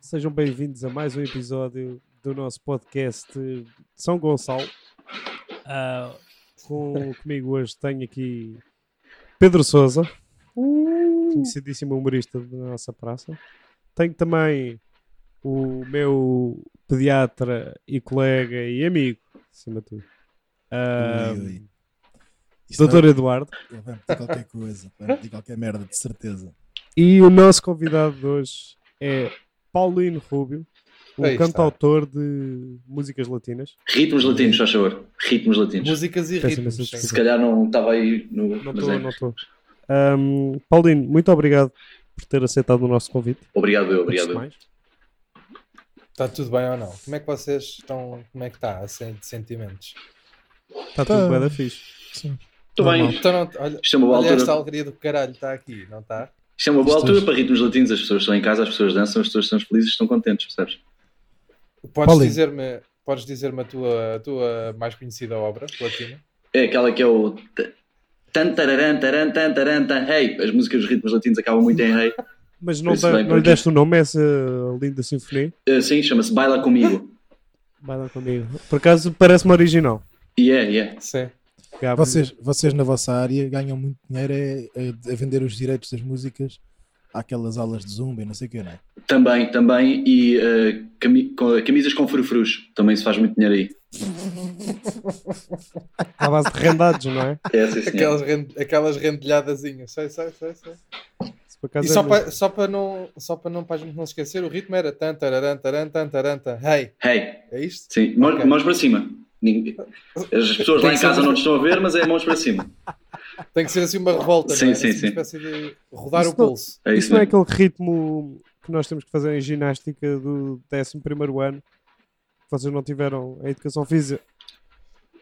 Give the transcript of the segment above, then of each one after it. Sejam bem-vindos a mais um episódio do nosso podcast eh, São Gonçalo. Ah, Com, comigo hoje tenho aqui Pedro Souza, conhecidíssimo humorista da nossa praça. Tenho também o meu pediatra e colega e amigo, acima de tudo, ah, Ui, ui. Isto é um Dr. Eduardo. vai- Vai meter qualquer coisa, vai meter qualquer merda, de certeza. E o nosso convidado de hoje é Paulino Rubio, um Aí está. cantautor de músicas latinas. Ritmos latinos, faz favor. Ritmos latinos. Músicas e Peço ritmos. imensa Se desculpa. calhar não estava aí no. Não mas estou, é. não estou. Ahm, Paulino, muito obrigado por ter aceitado o nosso convite. Obrigado, Antes eu, de obrigado. eu. mais. Está Tá tudo bem ou não? Como é que vocês estão? Como é que está? Assim, de sentimentos. Está tá Tá. tudo bem, da fixe. Estou bem. Então, não, olha, Isto é uma boa olha esta altura. alegria do caralho, está aqui, não tá? está? Isto é uma boa Isto altura é- para ritmos latinos. As pessoas estão em casa, as pessoas dançam, as pessoas estão felizes, estão contentes, percebes? Podes Paulinho. dizer-me podes dizer-me a tua, a tua mais conhecida obra, latina? É aquela que é o. t- tan, tararan, taran, tan, taran, tan, Hey! As músicas dos ritmos latinos acabam muito em hey. Mas não, Isso dá- bem, não lhe porque- deste o nome a essa linda sinfonia? Eh, Sim, chama-se Baila Comigo. Vai dar comigo. Por acaso parece-me original. E é, e é. Sim. Gabi. Vocês, vocês na vossa área ganham muito dinheiro é, a, a vender os direitos das músicas àquelas aulas de zumba e não sei o que, não é? Também, também. E eh, cami- com- camisas com frufrus. Também se faz muito dinheiro aí. À base de rendados, não é? É, sim, senhor. Aquelas, rend- aquelas rendilhadazinhas. Sei, sei, sei, sei. Se por acaso E é só mesmo. para, só para não, só para não, para a gente não se esquecer, o ritmo era tan, tararan, taran, tan, taran, tan. Hey, Hey! é isto? Sim, mãos, Ok. mãos para cima. Ninguém- As pessoas lá em casa não te estão a ver, mas é mãos para cima. Tem que ser assim uma revolta, Sim, não é? sim, Assim, sim. Uma espécie de rodar Isso o não- pulso. É Isso isso, não é mesmo. aquele ritmo que nós temos que fazer em ginástica do 11 ano? que Vocês não tiveram a educação física?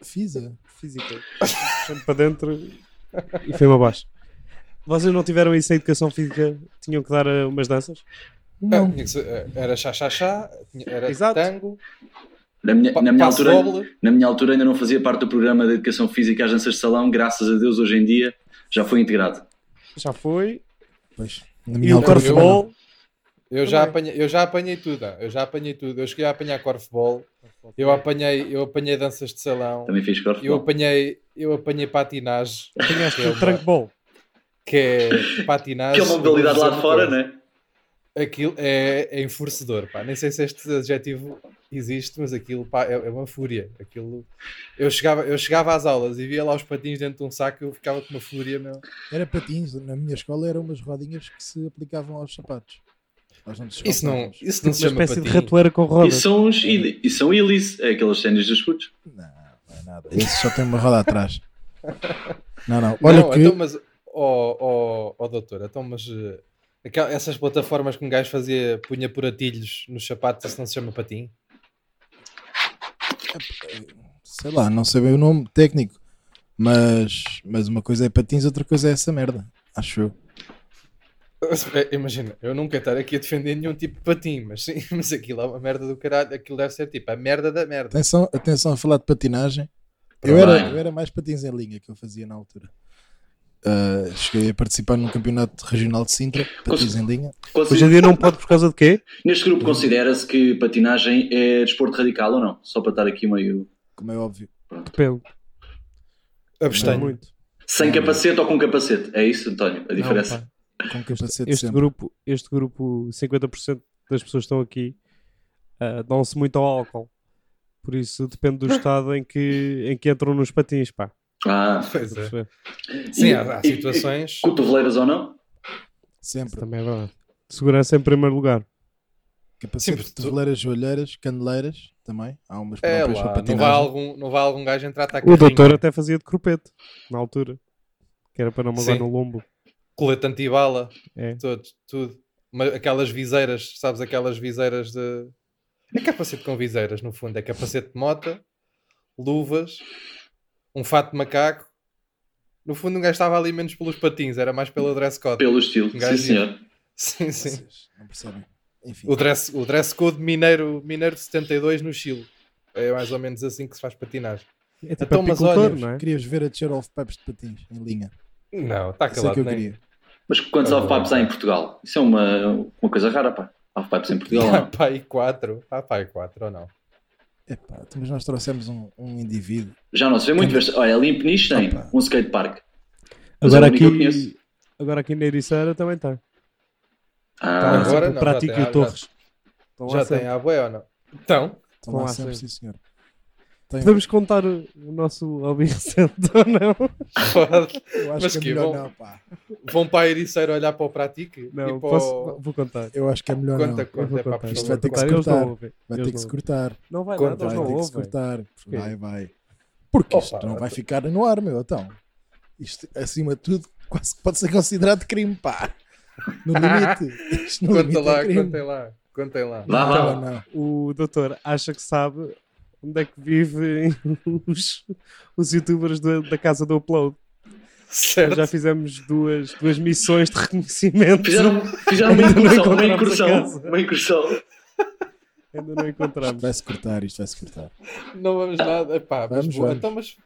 Fisa. física. Puxando para dentro e foi me abaixo. Vocês não tiveram isso em educação física? Tinham que dar eh, umas danças? Ah, Não. tinha que ser- era chá-chá-chá, tinha- era Exato. tango, Na minha, pa na, minha passo altura, doble. na minha altura ainda não fazia parte do programa de educação física às danças de salão, graças a Deus hoje em dia já foi integrado. Já foi. Pois, na E um minha o altura corfebol? também não. corfball? Eu já, Também. apanhei, eu já apanhei tudo, ah, eu já apanhei tudo. Eu cheguei a apanhar corfball, eu apanhei, eu apanhei danças de salão, Também fiz corpo. eu apanhei, eu apanhei patinagem, Apanhaste É o uma- trankball. que é patinagem. Aquela modalidade lá de fora, não é? né? Aquilo é, é enforcedor, pá. Nem sei se este adjetivo existe, mas aquilo pá, é, é uma fúria. Aquilo... Eu, chegava, eu chegava às aulas e via lá os patins dentro de um saco e eu ficava com uma fúria, meu. Era patins, na minha escola eram umas rodinhas que se aplicavam aos sapatos. Aos nossos Isso não, calçados. isso tipo Uma não se chama espécie de patinho. ratoeira com E rodas. são uns e, e são illies, é aqueles ténis dos putos. Não, não é nada. Esse só tem uma roda atrás. Não, não. Olha não, que. então, mas, ó ó ó, doutor, então, mas eh, aquel- essas plataformas que um gajo fazia, punha por atilhos nos sapatos, isso não se chama patim? sei lá, não sei bem o nome técnico, mas, mas uma coisa é patins, outra coisa é essa merda, acho eu. Eh, Imagina, eu não quero estar aqui a defender nenhum tipo de patim, mas sim, mas aquilo é uma merda do caralho, aquilo deve ser tipo a merda da merda. Atenção, atenção a falar de patinagem. Eu Para era, bem. eu era mais patins em linha que eu fazia na altura. Ah, cheguei a participar num campeonato regional de Sintra, patins em linha. Consi- Hoje em dia não pode por causa de quê? Neste grupo considera-se que patinagem é desporto radical ou não? Só para estar aqui meio Como é óbvio, Depende. Abstenho. Muito. sem capacete ou com capacete. É isso, António, a diferença. Não, pá. com capacete Este sempre. grupo, este grupo, 50% das pessoas que estão aqui ah, dão-se muito ao álcool. Por isso depende do estado em que, em que entram nos patins, pá. ah, Pois é. Perceber? Sim, E- há, há e- e- situações. cotoveleiras ou não? Isso Sempre. também é verdade. Segurança em primeiro lugar. Capacete, Sempre. cotoveleiras, joelheiras, caneleiras também. Há umas É próprias para lá, não patinagem. vai, algum, não vai algum gajo entrar a atacar O doutor até fazia de crupete, na altura. Que era para não magoar Sim. no lombo. colete antibala, É. tudo, tudo. Mas aquelas viseiras, sabes, aquelas viseiras de. É capacete com viseiras, no fundo. É capacete de mota, luvas, um fato de macaco. No fundo, um gajo estava ali menos pelos patins, era mais pelo dress code. Pelo estilo, Gajo. sim senhor. Sim, sim. Vocês não percebem. Enfim, O dress, o dress code mineiro, mineiro de 72 no Chile. É mais ou menos assim que se faz patinagem. É tipo Então, mas apicultor, olha, não é? querias ver a descer off pipes de patins em linha. Não, está Isso Tá é calado. né? que eu nem- queria. Mas quantos Ah, off-pipes há em Portugal? Isso é uma, uma coisa rara, pá. Há pipes em Portugal? Há não? Tá pai 4. Há pai 4 ou não? Epá, então, mas nós trouxemos um, um indivíduo. Já não se vê muito. mas, Olha, ali em Peniche tem Opa. um skatepark. Mas Agora é o único que eu aqui, conheço. agora aqui na Ericeira também tem. Ah, Agora Sempre não, o Prático já e o tem, já- Torres. Estão lá Já sempre. tem a boé ou não? Então, Estão lá Olá, sempre, sim. sim, senhor. Tem- Podemos contar o o nosso hobby recente ou não? pode. eu acho mas que é que melhor bom. não, pá. vão para a Ericeira olhar para o Pratique Não, e para o- posso, vou contar. Eu acho que é melhor Conta, não. Eu conta, vou é pá, por contar. Isto favor, vai ter que conta. se Eles não cortar. ouvem. Vai Eles ter que se não- cortar. Ah, Não vai Conta, nada, Vai eles não ter que se ouvem. cortar. Vai, vai. Opa, Porque isto não vai ficar no ar, meu. Então, isto, acima de tudo, quase que pode ser considerado crime, pá. No limite. Isto no tá Conta limite é lá, crime. contem lá, contem lá. Então, Vá, Não, vá. não. O doutor acha que sabe onde é que vivem os, os youtubers da- da casa do upload. Nós Certo. já fizemos duas, duas missões de reconhecimento. Fizeram, fizeram uma Ainda não incursão, uma encontramos a incursão, casa. uma incursão. Ainda não Isto encontramos. vai-se cortar, isto vai-se cortar. Não vamos nada. Epá, mas Vamos, boa. vamos. Então, mas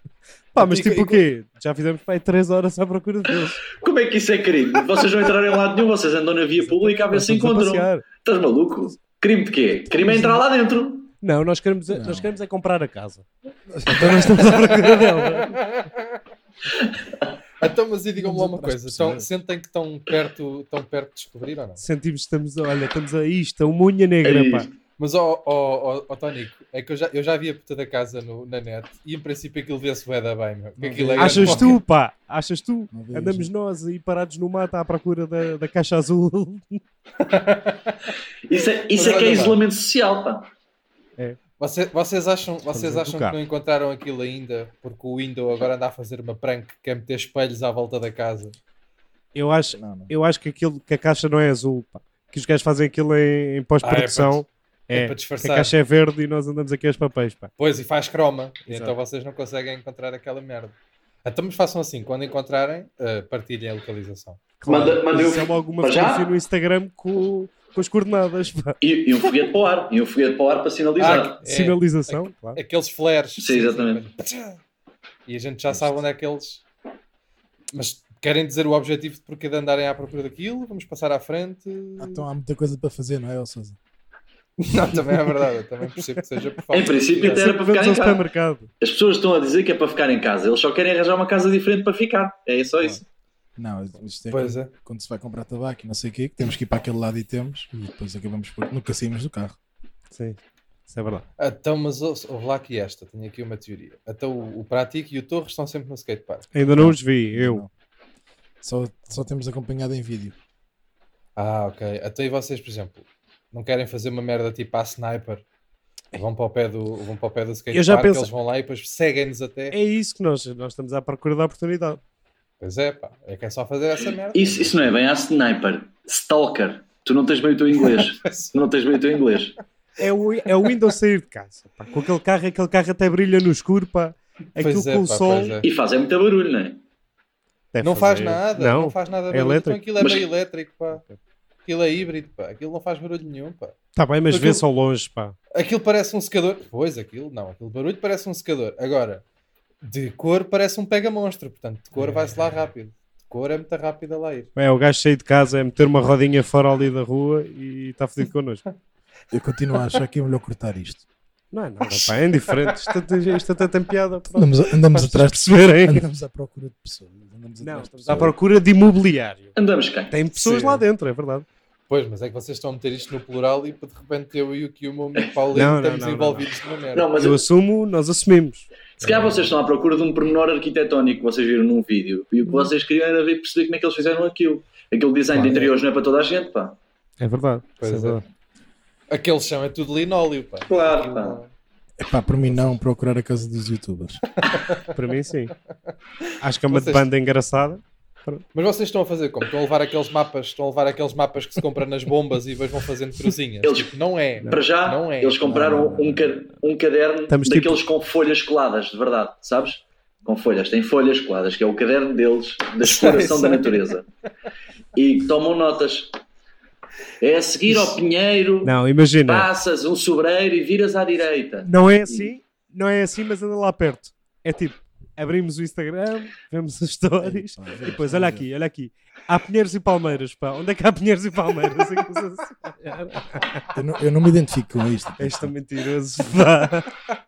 Pá, mas E- tipo e- o quê? Já fizemos pá, aí 3 horas à procura deles. Como é que isso é crime? Vocês não entraram em lado nenhum, vocês andam na via pública a ver Ah, se Estamos a encontram. passear. Estás maluco? Crime de quê? Crime é entrar lá dentro. Não, nós queremos, é- Não. nós queremos é comprar a casa. Então nós estamos à procura dela. Então, mas e digam-me lá uma Vamos coisa: atrás de estão, pessoas. sentem que estão perto, estão perto de descobrir ou não? Sentimos que estamos, olha, estamos a isto, a uma unha negra, Aí, pá. Mas, ó, ó, ó, ó, Tónico, é que eu já, eu já vi a puta da casa no- na net e em princípio aquilo vê-se bué da bem, meu. Que Não aquilo vi. é grande Achas qualquer- tu, pá? Achas tu? Não vejo. Andamos nós aí parados no mato à procura da, da caixa azul. Isso é, isso Mas é que é olha lá. isolamento social, pá. Você- vocês acham, vocês dentro do acham que carro. não encontraram aquilo ainda porque o Window agora anda a fazer uma prank que é meter espelhos à volta da casa? Eu acho, Não, não. eu acho que, aquilo, que a caixa não é azul, pá. Que os gajos fazem aquilo em, em pós-produção. É, é, para que disfarçar. a caixa é verde e nós andamos aqui aos papéis, pá. Pois, e faz croma. E Exato. Então vocês não conseguem encontrar aquela merda. Então, mas façam assim: quando encontrarem, eh, partilhem a localização. Claro, Manda- manda mas eu- isso é uma- alguma para já? fotografia no Instagram com, com as coordenadas, pá. E, e um foguete para o ar. E um foguete para o ar para sinalizar. Ah, é, Sinalização, claro. Aqueles flares. Sim, exatamente. E a gente já sabe onde é que eles. Mas querem dizer o objetivo de porque de andarem à procura daquilo? Vamos passar à frente. Ah, então há muita coisa para fazer, não é, ó Sousa? Não, também é verdade. Eu também percebo que seja por falta Em princípio, de até era para ficar Vamos em ao casa. supermercado. As pessoas estão a dizer que é para ficar em casa. Eles só querem arranjar uma casa diferente para ficar. É só isso. Não, isto é, Pois quando, é. quando se vai comprar tabaco e não sei o quê, que temos que ir para aquele lado e temos, e depois acabamos por. Nunca saímos do carro. Sim, isso é verdade. Então, mas ouve, ouve lá que esta. Tenho aqui uma teoria. Então, o, o Pratico e o Torres estão sempre no skatepark. Ainda não os vi, eu. Não. Só, só temos acompanhado em vídeo. Ah, ok. Até e vocês, por exemplo, não querem fazer uma merda tipo a sniper? Vão para o pé do, vão para o pé do skate Eu já park, penso- eles vão lá e depois seguem-nos até. É isso que nós, nós estamos à procura da oportunidade. Pois é, pá, é que é só fazer essa merda. Isso, isso não é bem a sniper. Stalker. Tu não tens bem o teu inglês. tu não tens bem o teu inglês. É o, é o Windows sair de casa. pá. Com aquele carro, aquele carro até brilha no escuro, pá. Aquilo Pois é, com o pá, sol. pois é. E fazem muito barulho, não é? deve Não faz fazer- nada, não, Não, faz nada é barulho. Então elétrico. aquilo é Mas- meio elétrico, pá. Aquilo é híbrido, pá. Aquilo não faz barulho nenhum, pá. está tá bem, mas Aquilo- vê-se ao longe, pá. Aquilo parece um secador. Pois, aquilo não. Aquele barulho parece um secador. Agora, de cor parece um pega-monstro. Portanto, de cor vai-se lá rápido. De cor é muito rápida lá ir. É, o gajo sair de casa é meter uma rodinha fora ali da rua e está fodido connosco. Eu continuo a achar que é melhor cortar isto. Não é nada, pá, é indiferente. Isto, até- isto até tem piada. pá. Andamos, andamos atrás de Perceberem? Andamos à procura de pessoas. Andamos Não, atrás de estamos à pessoas. procura de imobiliário. Andamos cá. Tem pessoas Sim. lá dentro, é verdade. Pois, mas é que vocês estão a meter isto no plural e de repente eu e o que o meu amigo Paulo Não, não, estamos não, não, envolvidos numa merda. Não, mas eu assumo, nós assumimos. se calhar vocês estão à procura de um pormenor arquitetónico que vocês viram num vídeo. E o que vocês queriam era ver, perceber como é que eles fizeram aquilo. Aquele design Claro. de interiores não é para toda a gente, pá. É verdade. Pois isso é. é verdade. Aquele chão é tudo linóleo, pá. Claro, Aquilo pá. Epá, por mim não, procurar a casa dos youtubers. Para mim, sim. Acho que é uma de Vocês- banda engraçada. Mas vocês estão a fazer como? Estão a levar aqueles mapas, estão a levar aqueles mapas que se compra nas bombas e depois vão fazendo cruzinhas. Eles- Tipo, não é. Para já, Não é. eles compraram Não, não, não. Um, ca- um caderno Estamos tipo- daqueles com folhas coladas, de verdade, sabes? Com folhas, tem folhas coladas, que é o caderno deles da exploração da sei. natureza. E tomam notas. É a seguir ao Pinheiro, Não, imagina. passas um sobreiro e viras à direita. Não é assim, não é assim, mas anda lá perto. É tipo, abrimos o Instagram, vemos as histórias. Pá, E depois, olha aqui, olha aqui. Há Pinheiros e Palmeiras, pá. Onde é que há Pinheiros e Palmeiras? assim. É que vocês- Eu não, eu não me identifico com isto. És tão mentiroso, pá.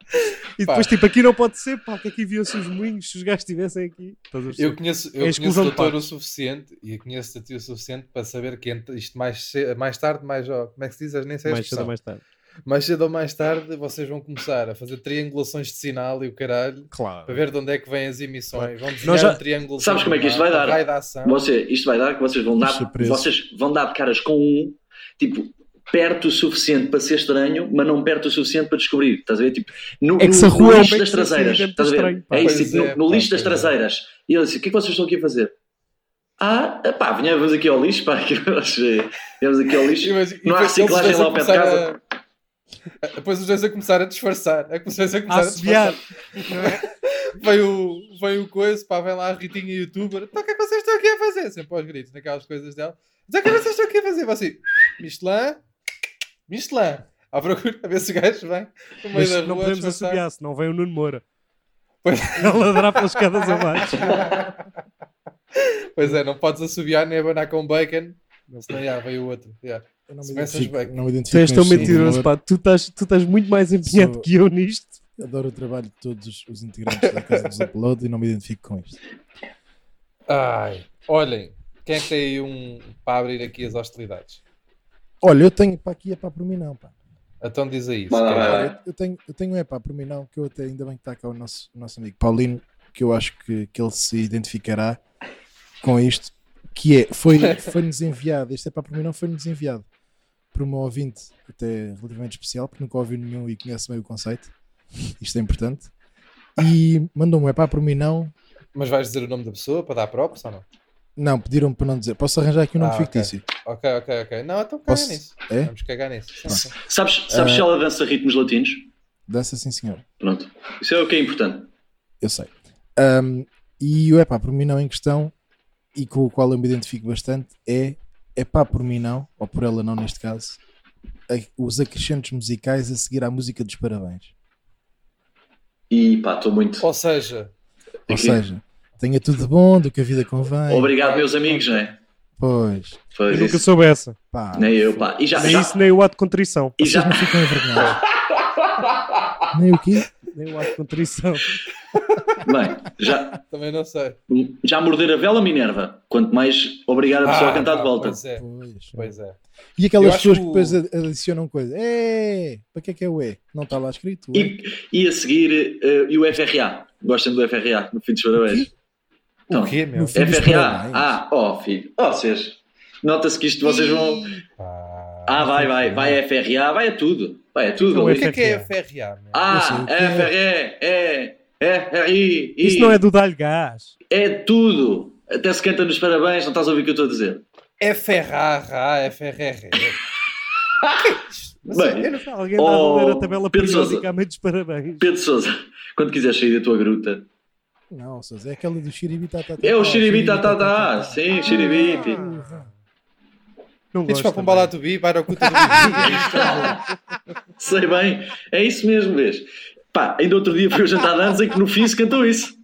E depois, tipo, aqui não pode ser, pá, que aqui viam-se os moinhos se os gajos estivessem aqui. Estás a perceber? Eu conheço, É eu conheço exclusão o de doutor partes. o suficiente e conheço a ti o suficiente para saber que entre- isto mais, ce- mais tarde, mais ó, como é que se diz? Eu Nem sei a mais cedo ou expressão. mais tarde. mais cedo ou mais tarde vocês vão começar a fazer triangulações de sinal e o caralho Claro. para ver de onde é que vêm as emissões. Vão desenhar Nós já- um triângulo. Sabes como é que isto vai dar? Vai dar ação. Você, isto vai dar que vocês vão dar, Surpresa. vocês vão dar de caras com um, tipo, perto o suficiente para ser estranho, mas não perto o suficiente para descobrir. Estás a ver? Tipo, no, É que se no- a rua no é um lixo beco das sem saída, traseiras. é muito Estás a ver? estranho, pá. É isso, Pois tipo, é, no, no pá, lixo das pois é. traseiras. E ele disse: o que é que vocês estão aqui a fazer? Ah, pá, vinhamos aqui ao lixo, pá, que nós, eh, viemos aqui ao lixo. Mas- e Não há depois eles reciclagem dois a lá ao pé de começar casa? a- Depois os dois a começar a disfarçar. A começar a, começar A a disfarçar. Ah, assobiar. Vem o, vem o coiso, pá, vem lá a Ritinha youtuber. Então o que é que vocês estão aqui a fazer? Sempre aos gritos, naquelas coisas dela. Então o que é que vocês estão aqui a fazer? Você, Michelin, Michelin. À procura, a ver se o gajo vem. No meio Mas da não rua, podemos disfarçar. assobiar, senão vem o Nuno Moura. Pois. A ladrar pelas escadas abaixo. Pois é, não podes assobiar nem abanar com bacon. Não Senão já veio o outro. já. Eu não me Se começas identifico. bem. Não me identifico Tu és com tão este mentiroso, humor. pá. Tu estás, tu estás muito mais empenhado Sou- que eu nisto. Adoro o trabalho de todos os integrantes da casa dos upload e não me identifico com isto. Ai, olhem, quem é que tem aí um para abrir aqui as hostilidades? Olha, eu tenho para aqui é para por mim não, pá. Então diz aí. se Vai lá, quer. vai lá. Eu, eu tenho, eu tenho um é pá por mim não, que eu até ainda bem que está cá o nosso, o nosso amigo Paulino, que eu acho que, que ele se identificará com isto, que é, foi- foi-nos enviado, este é pá por mim não, foi-nos enviado por uma ouvinte até relativamente especial, porque nunca ouviu nenhum e conhece bem o conceito, isto é importante, e mandou-me um é pá por mim não, Mas vais dizer o nome da pessoa para dar props ou não? não, pediram-me para não dizer, posso arranjar aqui um nome Ah, ok. fictício, Ok, ok, ok. Não, então caga Posso- nisso. é? Vamos cagar nisso. Sim, sim. Sabes, sabes se ela dança ritmos latinos? Dança sim senhor. Pronto. Isso é o que é importante. Eu sei. Um, e o epá por mim não em questão, e com o qual eu me identifico bastante, é epá por mim não, ou por ela não neste caso, a- os acrescentos musicais a seguir à música dos parabéns. E pá, estou muito. Ou seja, Ou aqui. seja, tenha tudo de bom, do que a vida convém. Obrigado, meus amigos, não é? Pois, Foi Eu nunca isso. soube essa. pá. Nem eu, pá. E já, Nem já, isso, nem o ato de contrição. e Vocês já, não ficam envergonhados. Nem o quê? Nem o ato de contrição. bem, já, também não sei. já morder a vela Minerva. Quanto mais obrigar a pessoa a cantar Ah, pá, de volta. Pois é, Pois. pois é. E Eu aquelas acho pessoas que que o- depois a- adicionam coisa. É, para que é que é o E? Não está lá escrito? É. ué? E, e a seguir, eh, e o FRA? Gostam do FRA no fim dos parabéns? Então, O quê, meu? no fim- dos FRA? parabéns. Ah, oh, filho. Oh, vocês. Nota-se que isto vocês vão. Pá, Ah, vai, vai. Vai a FRA, vai a tudo. Vai a tudo. Então, O ali. que é que é FRA, meu? Ah, Eu sei o que FRA, é. É, RI, Isso não é do dar-lhe gás. é tudo. Até se canta nos parabéns, não estás a ouvir o que eu estou a dizer. É FRA, FRR. Mas, Bem, eu não- Alguém dá a ler a tabela Oh, Pedro Sousa. periódica a meio dos parabéns. Pedro Sousa, quando quiseres sair da tua gruta, Não, Sousa, é aquela do xiribitatá. É o xiribita tá, tá, Ah. sim, xiribite. Ah, Não Deixa gosto. para também. um balatubi, para o cuta do bico. Sei bem, é isso mesmo, vês. Pá, ainda outro dia fui ao jantar de anos em que no fim se cantou isso.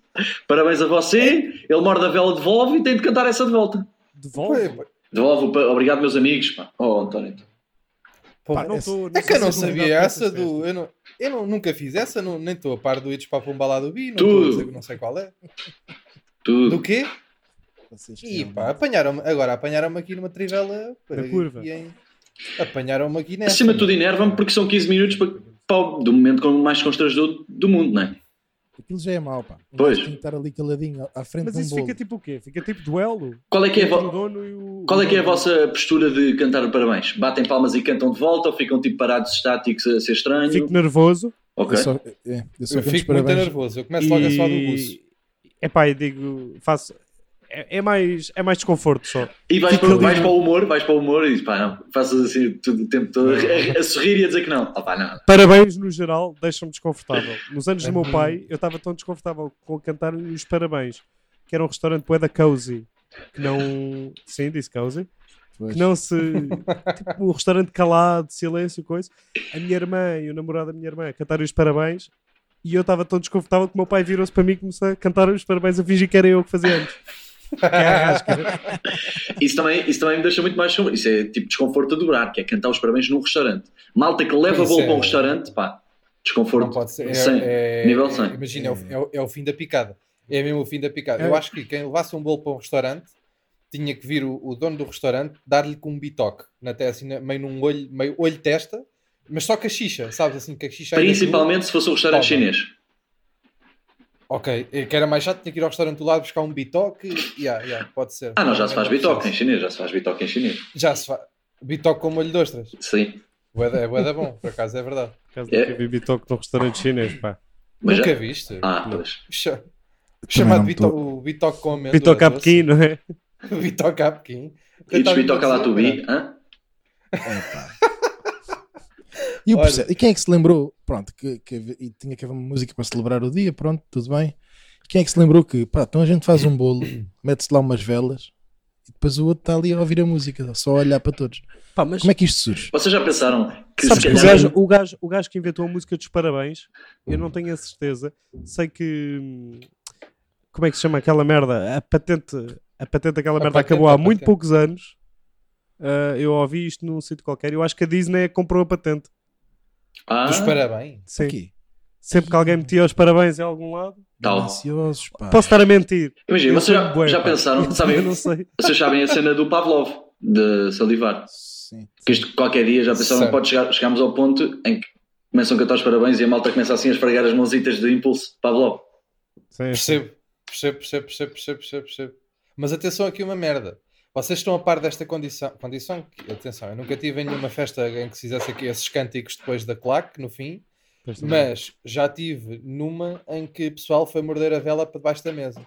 Parabéns a você, ele morde a vela, devolve e tem de cantar essa de volta. Devolve. Devolve, o pa- obrigado meus amigos, pá. Oh, António. Pá, não tô- É que eu não sei como sabia lidar com essa essas do. Eu, não, eu não- nunca fiz essa, não- nem estou a par do Itch para um balado bi, não Tudo. estou a dizer que não sei qual é. Do Tudo. quê? Vocês E realmente- pá, apanharam-me, agora apanharam-me aqui numa trivela. Na e- curva. e em- Apanharam-me aqui nessa. Acima de tudo enerva-me porque são 15 minutos para, para o- do momento como mais constrangedor do mundo, não é? Aquilo já é mau, pá. Um Pois. gajo Tem que estar ali caladinho à frente Mas de um isso bolo. fica tipo o quê? Fica tipo duelo? Qual é que é a Entre o vo- dono e o... qual é que é a o dono. vossa postura de cantar o parabéns? Batem palmas e cantam de volta ou ficam tipo parados estáticos a ser estranho? Fico nervoso. Ok. Eu só, é, eu só Eu canto os fico muito parabéns. nervoso, eu começo logo a suar é do buço. É pá, eu digo, faço. É, é mais, é mais desconforto só. E vais, Fica para, ali, vais não? para o humor, vais para o humor e dizes, pá, não, faças assim tudo o tempo todo a, a sorrir e a dizer que não. Ah, pá, não. Parabéns, no geral, deixam-me desconfortável. Nos anos do meu pai, eu estava tão desconfortável com cantar-lhe os parabéns, que era um restaurante poeda cozy, que não. Sim, disse cozy. Pois. que não se. tipo, o restaurante calado, silêncio, coisa. A minha irmã e o namorado da minha irmã cantaram os parabéns E eu estava tão desconfortável que o meu pai virou-se para mim e começou a cantar os parabéns a fingir que era eu que fazia antes. Que é a rasca. Isso também, isso também me deixa muito mais sombrio. Isso é tipo desconforto a dobrar, que é cantar os parabéns num restaurante. Malta que leva Isso bolo é- para um restaurante, pá, Não desconforto. pode ser. É, Cem. é- Nível cem. é- Imagina, é, o- é o- é o fim da picada. É mesmo o fim da picada. Eu acho que quem levasse um bolo para um restaurante tinha que vir o, o dono do restaurante dar-lhe com um bitoque, na te- assim, na- meio num olho, meio olho testa, mas só com a xixa, sabes assim, que a xixa ainda Principalmente se fosse um restaurante Toma. chinês. crua. Ok, é que era mais chato, tinha que ir ao restaurante do lado buscar um bitoque. Yeah, yeah, pode ser. Ah, não, já se faz É uma bitoque em opção. chinês, já se faz bitoque em chinês. Já se faz. Bitoque com molho de ostras. Sim. Bué da- É bué da bom, por acaso é verdade. Por causa daquele bitoque no restaurante chinês, pá. Mas Nunca já... viste? Ah, pois. Cha- não Chamado me bitoque, o bitoque com amêndoa. Bitoque doce. apquim, não é? Vitor Capquim. E Então, desbitoca lá tu bi, hã? E, o Olha. processo- e quem é que se lembrou? Pronto, que, que havia- e tinha que haver uma música para celebrar o dia, pronto, tudo bem. Quem é que se lembrou que, pá, então a gente faz um bolo, mete-se lá umas velas e depois o outro está ali a ouvir a música, só a olhar para todos. Pá, mas Como é que isto surge? Vocês já pensaram que Sabes se que o calhar. gajo, o, gajo, o gajo que inventou a música dos parabéns, eu não tenho a certeza, sei que. hum, Como é que se chama aquela merda? A patente, a patente daquela A merda patente, acabou a há muito patente. poucos anos. Ah, eu ouvi isto num sítio qualquer. Eu acho que a Disney é que comprou a patente. Ah, Dos parabéns. Sim. Aqui. Sempre que alguém metia os parabéns em algum lado. Tal. Ansiosos, pá. Posso estar a mentir. Imagina, Eu vocês sou um bué, já, já pá. pensaram, sabem, Eu não sei. vocês sabem a cena do Pavlov, de salivar. Sim. Que isto qualquer dia já pensaram, Certo. pode chegar, chegamos ao ponto em que começam a cantar os parabéns e a malta começa assim a esfregar as mãozitas de impulso. Pavlov. Sim. Percebo, percebo, percebo, percebo, percebo, percebo, percebo. Mas atenção aqui uma merda. Vocês estão a par desta condição. Condição que, atenção, eu nunca tive em nenhuma festa em que se fizesse aqui esses cânticos depois da claque, no fim, mas já tive numa em que o pessoal foi morder a vela para debaixo da mesa.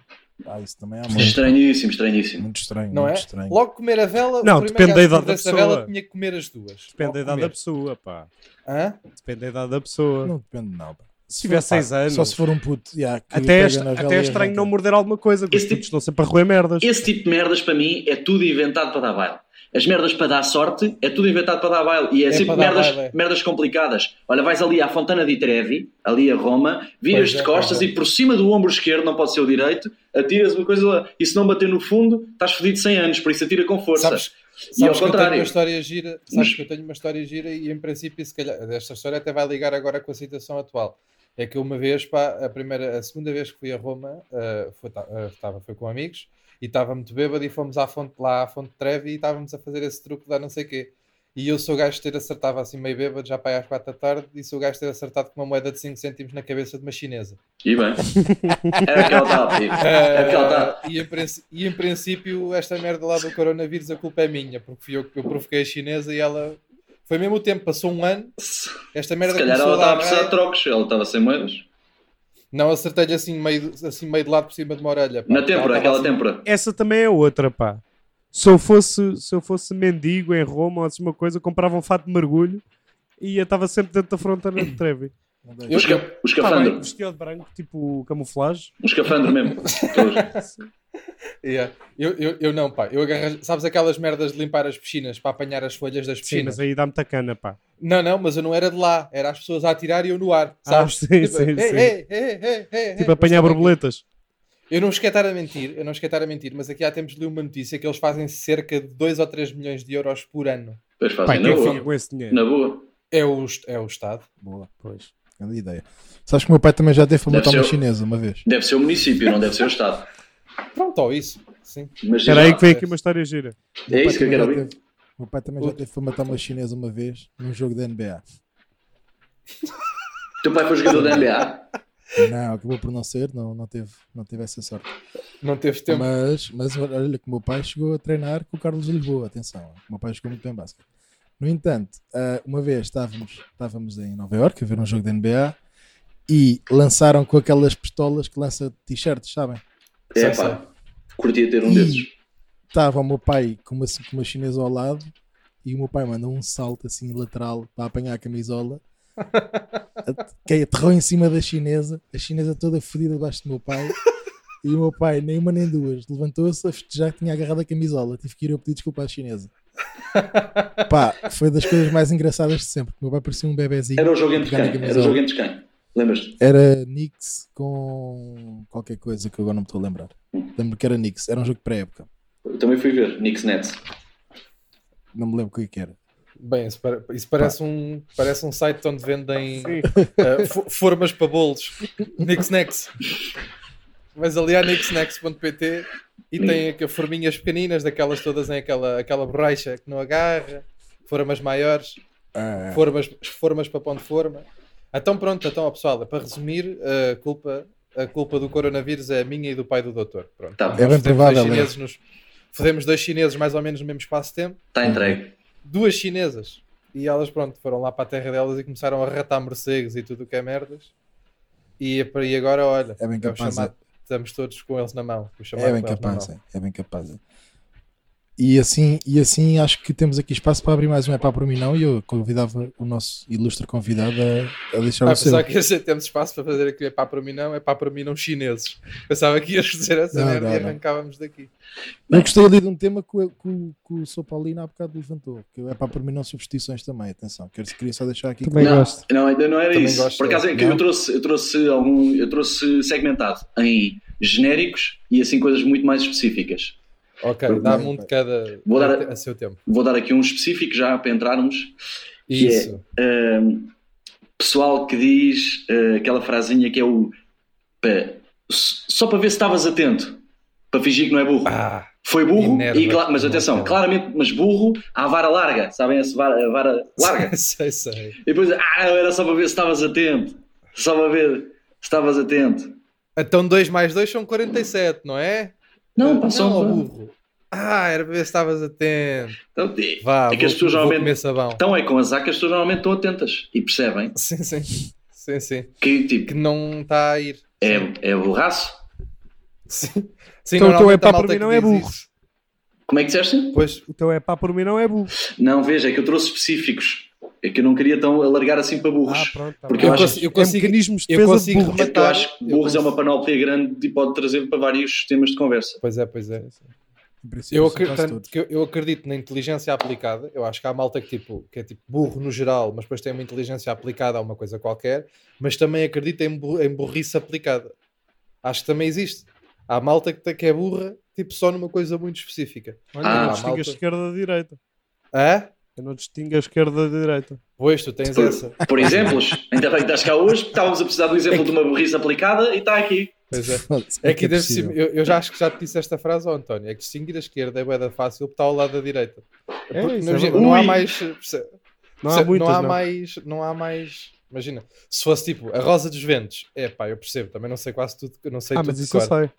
Ah, isso também é muito, Estranhíssimo, estranhíssimo. muito estranho. Não muito é? Estranho. Logo comer a vela, Não, o depende da primeiro gajo que idade da mordesse a vela pessoa. tinha que comer as duas. Depende da Logo idade da comer. pessoa, pá. Hã? Depende da idade da pessoa. Não depende, não. Pá. Se tiver for- pá, 6 anos. Só se for um puto. yeah, que Até pega é, na estra- vela até é e estranho arranca. não morder alguma coisa, que os Esse tipo- putos estão sempre a roer merdas. Esse tipo de merdas para mim é tudo inventado para dar baile. As merdas para dar sorte é tudo inventado para dar baile. E é, É sempre para dar merdas, baile, é. merdas complicadas. Olha, vais ali à Fontana di Trevi, ali a Roma, viras Pois é, de costas pois é. e por cima do ombro esquerdo, não pode ser o direito, atiras uma coisa lá. E se não bater no fundo, estás fodido 100 anos, por isso atira com força. Sabes, E ao Sabes que eu tenho contrário. uma história gira, Mas- sabes que eu tenho uma história gira e em princípio se calhar esta história até vai ligar agora com a situação atual. É que uma vez, pá, a primeira, a segunda vez que fui a Roma, ah, foi, ta- ah, estava- foi com amigos e estava muito bêbado e fomos à fonte, lá à fonte de Trevi e estávamos a fazer esse truque da não sei quê. E eu sou o gajo de ter acertado assim meio bêbado, já para aí às quatro da tarde, e sou o gajo de ter acertado com uma moeda de 5 cêntimos na cabeça de uma chinesa. E bem. Era o que ela estava a pedir. Era o que ela estava. Ah, e, em princ- e em princípio, esta merda lá do coronavírus, a culpa é minha, porque fui eu que eu provoquei a chinesa e ela. Foi mesmo o tempo, passou um ano, Se esta merda calhar começou ela a dar. estava a é? precisar de ai, trocos, ela estava sem moedas. Não, acertei-lhe assim meio, assim meio de lado por cima de uma orelha. pá. Na Ela têmpora, tava aquela assim- têmpora. Essa também é outra, pá. Se eu fosse, se eu fosse mendigo em Roma ou assim uma coisa, comprava um fato de mergulho e eu estava sempre dentro da frontana de Trevi. Não deixa. Eu- Os, ca- os Pá, bem, cafandro. vestido de branco, tipo camuflagem. Os cafandro Um mesmo. Todos. Yeah. Eu, eu, eu não, pá. Eu agarrei, sabes aquelas merdas de limpar as piscinas para apanhar as folhas das Sim, piscinas? mas aí dá muita cana, pá. Não, não, mas eu não era de lá. Era as pessoas a atirar e eu no ar, sabes? Ah, sim, Tipo, sim, "Ei, sim. ei, ei, ei, ei, Tipo ei". apanhar Mas também- borboletas. Eu não cheguei a estar a mentir, eu não cheguei a estar a mentir, mas aqui há tempos li uma notícia que eles fazem cerca de 2 ou 3 milhões de euros por ano. Depois Pá, fazem na quem é boa. fica com esse dinheiro? Na boa. É o, est- é o Estado. Boa, Pois. grande ideia. Sabes que o meu pai também já teve para Deve matar uma ser o- chinesa uma vez. Deve ser o município, não deve ser o Estado. Pronto, ou isso. Sim. Mas Era aí já- que vem aqui uma história gira. É isso que eu quero O meu pai também já ouvir. teve- meu pai também já teve para matar uma chinesa uma vez num jogo da NBA. Teu pai foi jogador da NBA. Não, acabou por não ser, não, não, teve, não teve essa sorte. Não teve tempo. Mas, mas olha que o meu pai chegou a treinar com o Carlos de Lisboa, atenção, o meu pai jogou muito bem basquete. No entanto, ah, uma vez estávamos, estávamos em Nova Iorque a ver um jogo da NBA e lançaram com aquelas pistolas que lança t-shirts, sabem? É Sim, pá. Curtia ter um E- desses. estava o meu pai com uma, com uma chinesa ao lado e o meu pai mandou um salto assim lateral para apanhar a camisola At- que aterrou em cima da chinesa a chinesa toda fodida debaixo do meu pai e o meu pai, nem uma nem duas levantou-se a festejar que tinha agarrado a camisola tive que ir eu pedir desculpa à chinesa pá, foi das coisas mais engraçadas de sempre, o meu pai parecia um bebezinho Era o jogo entre pegar na quem? Era o camisola. jogo entre quem? Lembras-te? Era Nix com qualquer coisa que eu agora não me estou a lembrar. Lembro que era Nix, era um jogo de pré-época. Eu também fui ver, Knicks Nets. Não me lembro o que é que era. Bem, isso, pare- isso parece, um, parece um site onde vendem Sim. eh, fo- formas para bolos. Nixnex. Mas ali há nixnex.pt e tem aqu- forminhas pequeninas, daquelas todas em aquela, aquela borracha que não agarra, formas maiores, Ah, É. formas, formas para ponto de forma. Então pronto, então ó, pessoal, para resumir, a culpa, a culpa do coronavírus é a minha e do pai do doutor. Pronto. Tá, É bem Fodemos dois provável, é. chineses nos- Fodemos dois chineses mais ou menos no mesmo espaço de tempo está tá entregue. duas chinesas e elas, pronto, foram lá para a terra delas e começaram a ratar morcegos e tudo o que é merdas. E, é por aí agora, olha, É bem o capaz, chamado- estamos todos com eles na mão. o chamado é bem com eles na capaz, mão. é, é bem capaz. é. E assim, e assim acho que temos aqui espaço para abrir mais um é para por mim não e eu convidava o nosso ilustre convidado a, a deixar o seu. Apesar que assim, temos espaço para fazer aquilo, é pá para mim não, é pá para mim não chineses. Pensava que ias dizer essa Não, merda não, e não. arrancávamos daqui. Eu gostei ali de um tema que, o- que, o- que o Sr. Paulino há bocado levantou, que é para por mim não substituições também, atenção, quero, queria só deixar aqui Também não, gosto. não, ainda não era Também isso. gosto Por acaso é que eu não. trouxe, eu trouxe algum, eu trouxe segmentado em genéricos e assim coisas muito mais específicas. Ok, Muito dá-me bem, um de pá. cada é Vou dar a, a- a seu tempo. Vou dar aqui um específico já para entrarmos. Que é- Isso. Ahm, pessoal que diz ah, aquela frasinha que é o pá, s- só para ver se estavas atento, para fingir que não é burro. Ah, Foi burro, Minerva. e cla- mas atenção, Minerva. claramente, mas burro à vara larga, sabem essa vara, a vara larga. sei, sei. E depois, ah, era só para ver se estavas atento, só para ver se estavas atento. Então 2 mais 2 são 47, não é? Não, Ah, passou não, um burro. Ah, era para ver se estavas atento. Então, é- Vá, é que vou, as pessoas vou geralmente comer sabão. então é com as que as pessoas normalmente estão atentas e percebem Sim, sim. Sim, sim. que Que tipo, não está a ir. é, é burraço. Sim. Sim, Então, então normalmente é pá, a malta por mim que não é diz burro. isso. Como é que disseste? Pois, Então é pá por mim, não é burro. Não, veja, é que eu trouxe específicos. É que eu não queria tão alargar assim para burros. Ah, pronto. tá Porque bem. eu acho- consigo- eu é consigo- mecanismos de eu defesa de consigo burro. É porque eu Matar, acho que eu burros é consigo. uma panóplia grande e pode trazer para vários temas de conversa. pois é, pois é. em princípio, Eu são quase acredito, todos. que eu, eu acredito na inteligência aplicada. Eu acho que há malta que, tipo, que é tipo burro no geral, mas depois tem uma inteligência aplicada a uma coisa qualquer. Mas também acredito em, bu- em burrice aplicada. Acho que também existe. Há malta que, que é burra, tipo, só numa coisa muito específica. Olha, Ah, eu não malta. distingo a esquerda da direita. Hã? Eu não distingo a esquerda da direita. Pois, tu tens Por- essa. Por exemplos, ainda bem que estás cá hoje, estávamos a precisar de um exemplo É de uma burrice aplicada e está aqui. Pois é. Foda-se, como É que deve ser- possível? eu, eu já acho que já te disse esta frase, ó, António. É que distinguir a esquerda é bué da fácil, porque está ao lado da direita. É, Porque isso não, é verdade. não há Ui! mais. perce- Não há perce- muitas, não. é- Ah, mais. Não há mais. Imagina, se fosse tipo a Rosa dos Ventos, é pá, eu percebo, também não sei quase tudo, eu não sei Ah, tudo mas de isso eu cor. sei.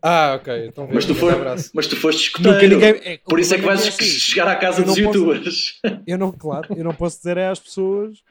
Ah, ok, então vê, Mas tu, um for, abraço. mas tu foste Nunca escuteiro. ninguém... é, Por isso é que vais assim. chegar à casa Eu não dos posso- youtubers. Eu não, claro, eu não posso dizer é às pessoas,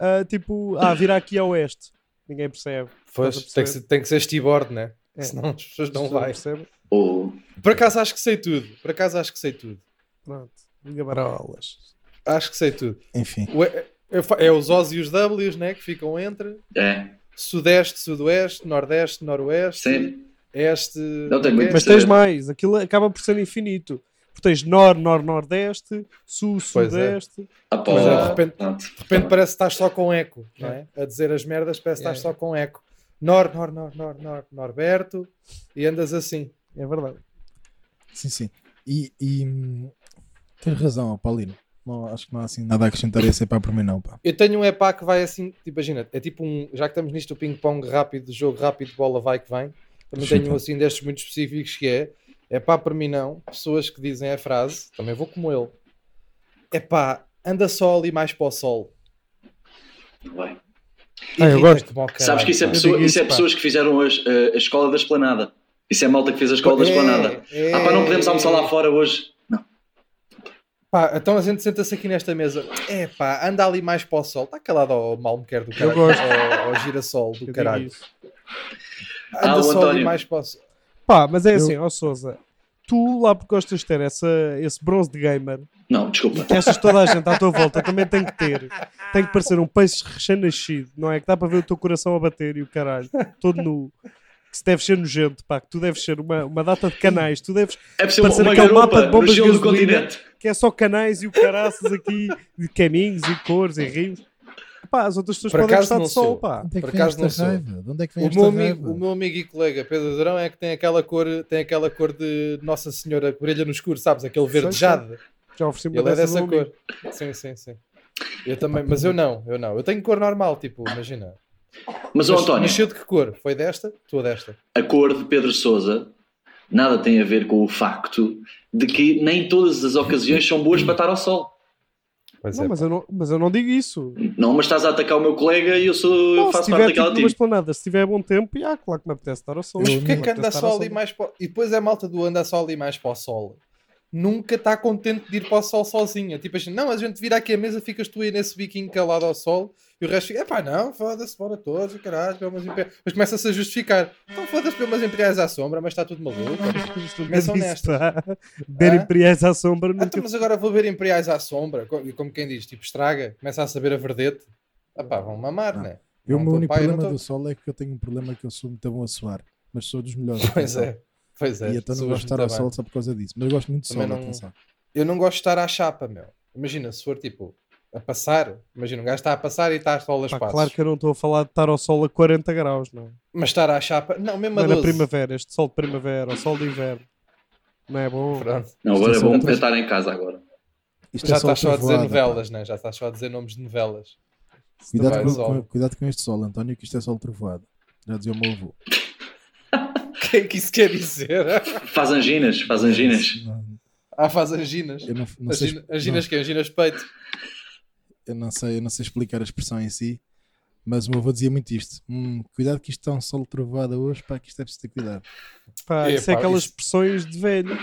ah, tipo, ah, vira aqui a oeste. Ninguém percebe. Estás Pois, a tem, que, perceber? ser- tem que ser Steve né? É. Senão as pessoas não As pessoas vai. percebem. Ou Por acaso acho que sei tudo. Por acaso acho que sei tudo. Pronto. Liga barolas. Acho que sei tudo. Enfim, O- é- é, é os Os e os Ws, né? Que ficam entre. é, Sudeste, Sudoeste, Nordeste, Noroeste, sim. Este. Não tem muito Mas Sim. tens mais. Aquilo acaba por ser infinito. Porque tens nor, nor, nordeste, sul, Pois é. sudeste. Apó, é Mas, ah, de repente- pronto. De repente parece que estás só com eco, não é? A dizer as merdas, parece que estás É. só com eco. Nor, nor, nor, nor, nor, Norberto, e andas assim. É verdade. sim, sim. E, e, hum, tens razão, ó, Paulino. Não, acho que não há assim nada a acrescentar a esse é para por mim não, pá. Eu tenho um epá que vai assim, tipo, imagina, é tipo um, já que estamos nisto, o ping-pong rápido, jogo rápido, bola vai que vem. Também tenho Chuta. um assim destes muito específicos que é, é pá, para mim não, pessoas que dizem a frase, também vou como ele, é pá, anda só ali mais para o sol. Vai. Ah, eu Irrita-te gosto. como ao caralho. Sabes que isso é, Eu pessoa- digo isso é isso, pá. pessoas que fizeram as- a, a escola da esplanada. Isso é malta que fez a escola da esplanada. É, Ah, pá, não podemos é, almoçar é. lá fora hoje. Não. Pá, então a gente senta-se aqui nesta mesa. É pá, anda ali mais para o sol. Está calado ao mal me quer do caralho. gosto. Ao, ao girassol Eu do digo caralho. isso. Anda Ah, o só ali António. mais para o sol. Pá, mas é Eu- assim, ó Souza. Tu lá porque gostas de ter essa, esse bronze de gamer Não, e desculpa. que achas que toda a gente à tua volta também tem que ter. Tem que parecer um peixe recém-nascido, não é? Que dá para ver o teu coração a bater e o caralho, todo nu. Que se deve ser nojento, pá, que tu deves ser uma, uma data de canais, tu deves É preciso parecer uma aquele garupa mapa de no bombas de gelo do gasolina continente. que é só canais e o caraças aqui de caminhos e cores e rios. pá, as outras pessoas Por podem acaso gostar não de sol, sou. pá. Onde é que Ah, Por vem acaso esta não sou. raiva? De onde é que vem O esta meu, amigo, raiva? o meu amigo e colega Pedro Adrão é que tem aquela cor, tem aquela cor de Nossa Senhora que brilha no escuro, sabes? Aquele verde sim. jade. Já ofereci é uma Ele é dessa dessa no meu cor. Sim, sim, sim. Eu também, mas eu não, eu não. Eu tenho cor normal, tipo, imagina. Mas, ó, António, Nasceu de que cor? Foi desta? Tua desta? a cor de Pedro Sousa nada tem a ver com o facto de que nem todas as ocasiões são boas para estar ao sol. Pois Não, mas eu não, mas eu não digo isso. Não, mas estás a atacar o meu colega e eu, sou, eu Não, se faço tiver parte tipo, daquela numa time. esplanada, se tiver bom tempo, já, claro que me apetece estar ao sol. Mas Não porquê me que anda apetece estar ao só ali sol. mais para o... E depois é a malta do anda só ali mais para o sol. Nunca está contente de ir para o sol sozinha. Tipo assim, não, a gente vira aqui a mesa, ficas tu aí nesse biquinho calado ao sol e o resto fica, epá, não, foda-se, bora todos, caralho, pelo meus empregados. Mas começa-se a justificar. Então foda-se, pelo meus empregados à sombra, mas está tudo maluco. Isto Mas são nunca disse, pá. Hã? Ver imperiais à sombra Ah, então, nunca. mas agora vou ver imperiais à sombra. co- E como quem diz, tipo, estraga, começa a saber a verdete. Ah pá, vão mamar, Não. né? Eu, o Não, meu tô- único pá, eu não problema tô- do sol é que eu tenho um problema que eu sou muito bom a suar, mas sou dos melhores. Pois atenção. é, pois é. E então não suas gosto de estar muito ao bem. sol só por causa disso. Mas eu gosto muito de sol, Também não- atenção. eu não gosto de estar à chapa, meu. Imagina, se for tipo a passar, imagina, um gajo está a passar e está a solas Pá, passos. claro que eu não estou a falar de estar ao sol a 40 graus, não. é? Mas estar à chapa, não, mesmo a Mas é na 12. primavera, este sol de primavera, o sol de inverno. Não é bom? Pronto. Não, agora é Isto é bom só- para estar em casa agora. Isto Já é sol estás tá só a dizer trovoada, pá. novelas, né? Já estás só a dizer nomes de novelas. Cuidado Também com, é sol. com- cuidado com este sol, António, que isto é sol trovoado. Já dizia o meu avô. O que é que isso quer dizer? Faz anginas, faz anginas. Não- Ah, faz anginas. Eu não, não As sei, gina- as ginas que? é? As ginas de peito. não- eu não sei, eu não sei explicar a expressão em si, mas o meu avô dizia muito isto. Hum, cuidado que isto está um sol trovoado hoje, pá, que isto é preciso ter cuidado. Pá, É, isso é pá, aquelas isso- expressões de velho.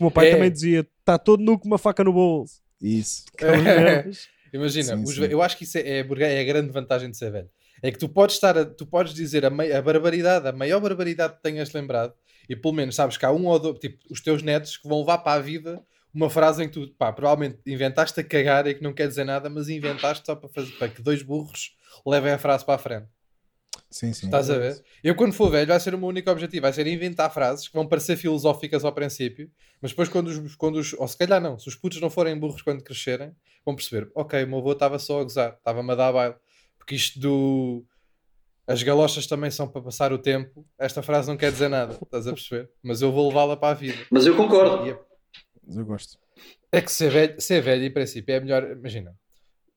O meu pai É. também dizia: está todo nu com uma faca no bolso. Tá Isso. Aquelas merdas. Imagina, Sim, os sim. ve- eu acho que isso é, é, a burga- é a grande vantagem de ser velho. É que tu podes estar, a- tu podes dizer a, mei- a barbaridade, a maior barbaridade que tenhas lembrado, e pelo menos sabes que há um ou dois, tipo, os teus netos que vão levar para a vida uma frase em que tu, pá, provavelmente inventaste a cagar e que não quer dizer nada, mas inventaste só para, fazer, para que dois burros levem a frase para a frente. Sim, sim. Estás a ver? Eu, quando for velho, vai ser o meu único objetivo. Vai ser inventar frases que vão parecer filosóficas ao princípio, mas depois, quando os. Quando os ou se calhar não, se os putos não forem burros quando crescerem, vão perceber: ok, o meu avô estava só a gozar, estava-me a dar baile. Porque isto do. As galochas também são para passar o tempo. Esta frase não quer dizer nada, estás a perceber? Mas eu vou levá-la para a vida. Mas eu concordo. E é Mas eu gosto. é que ser velho, ser velho, em princípio, é melhor. Imagina,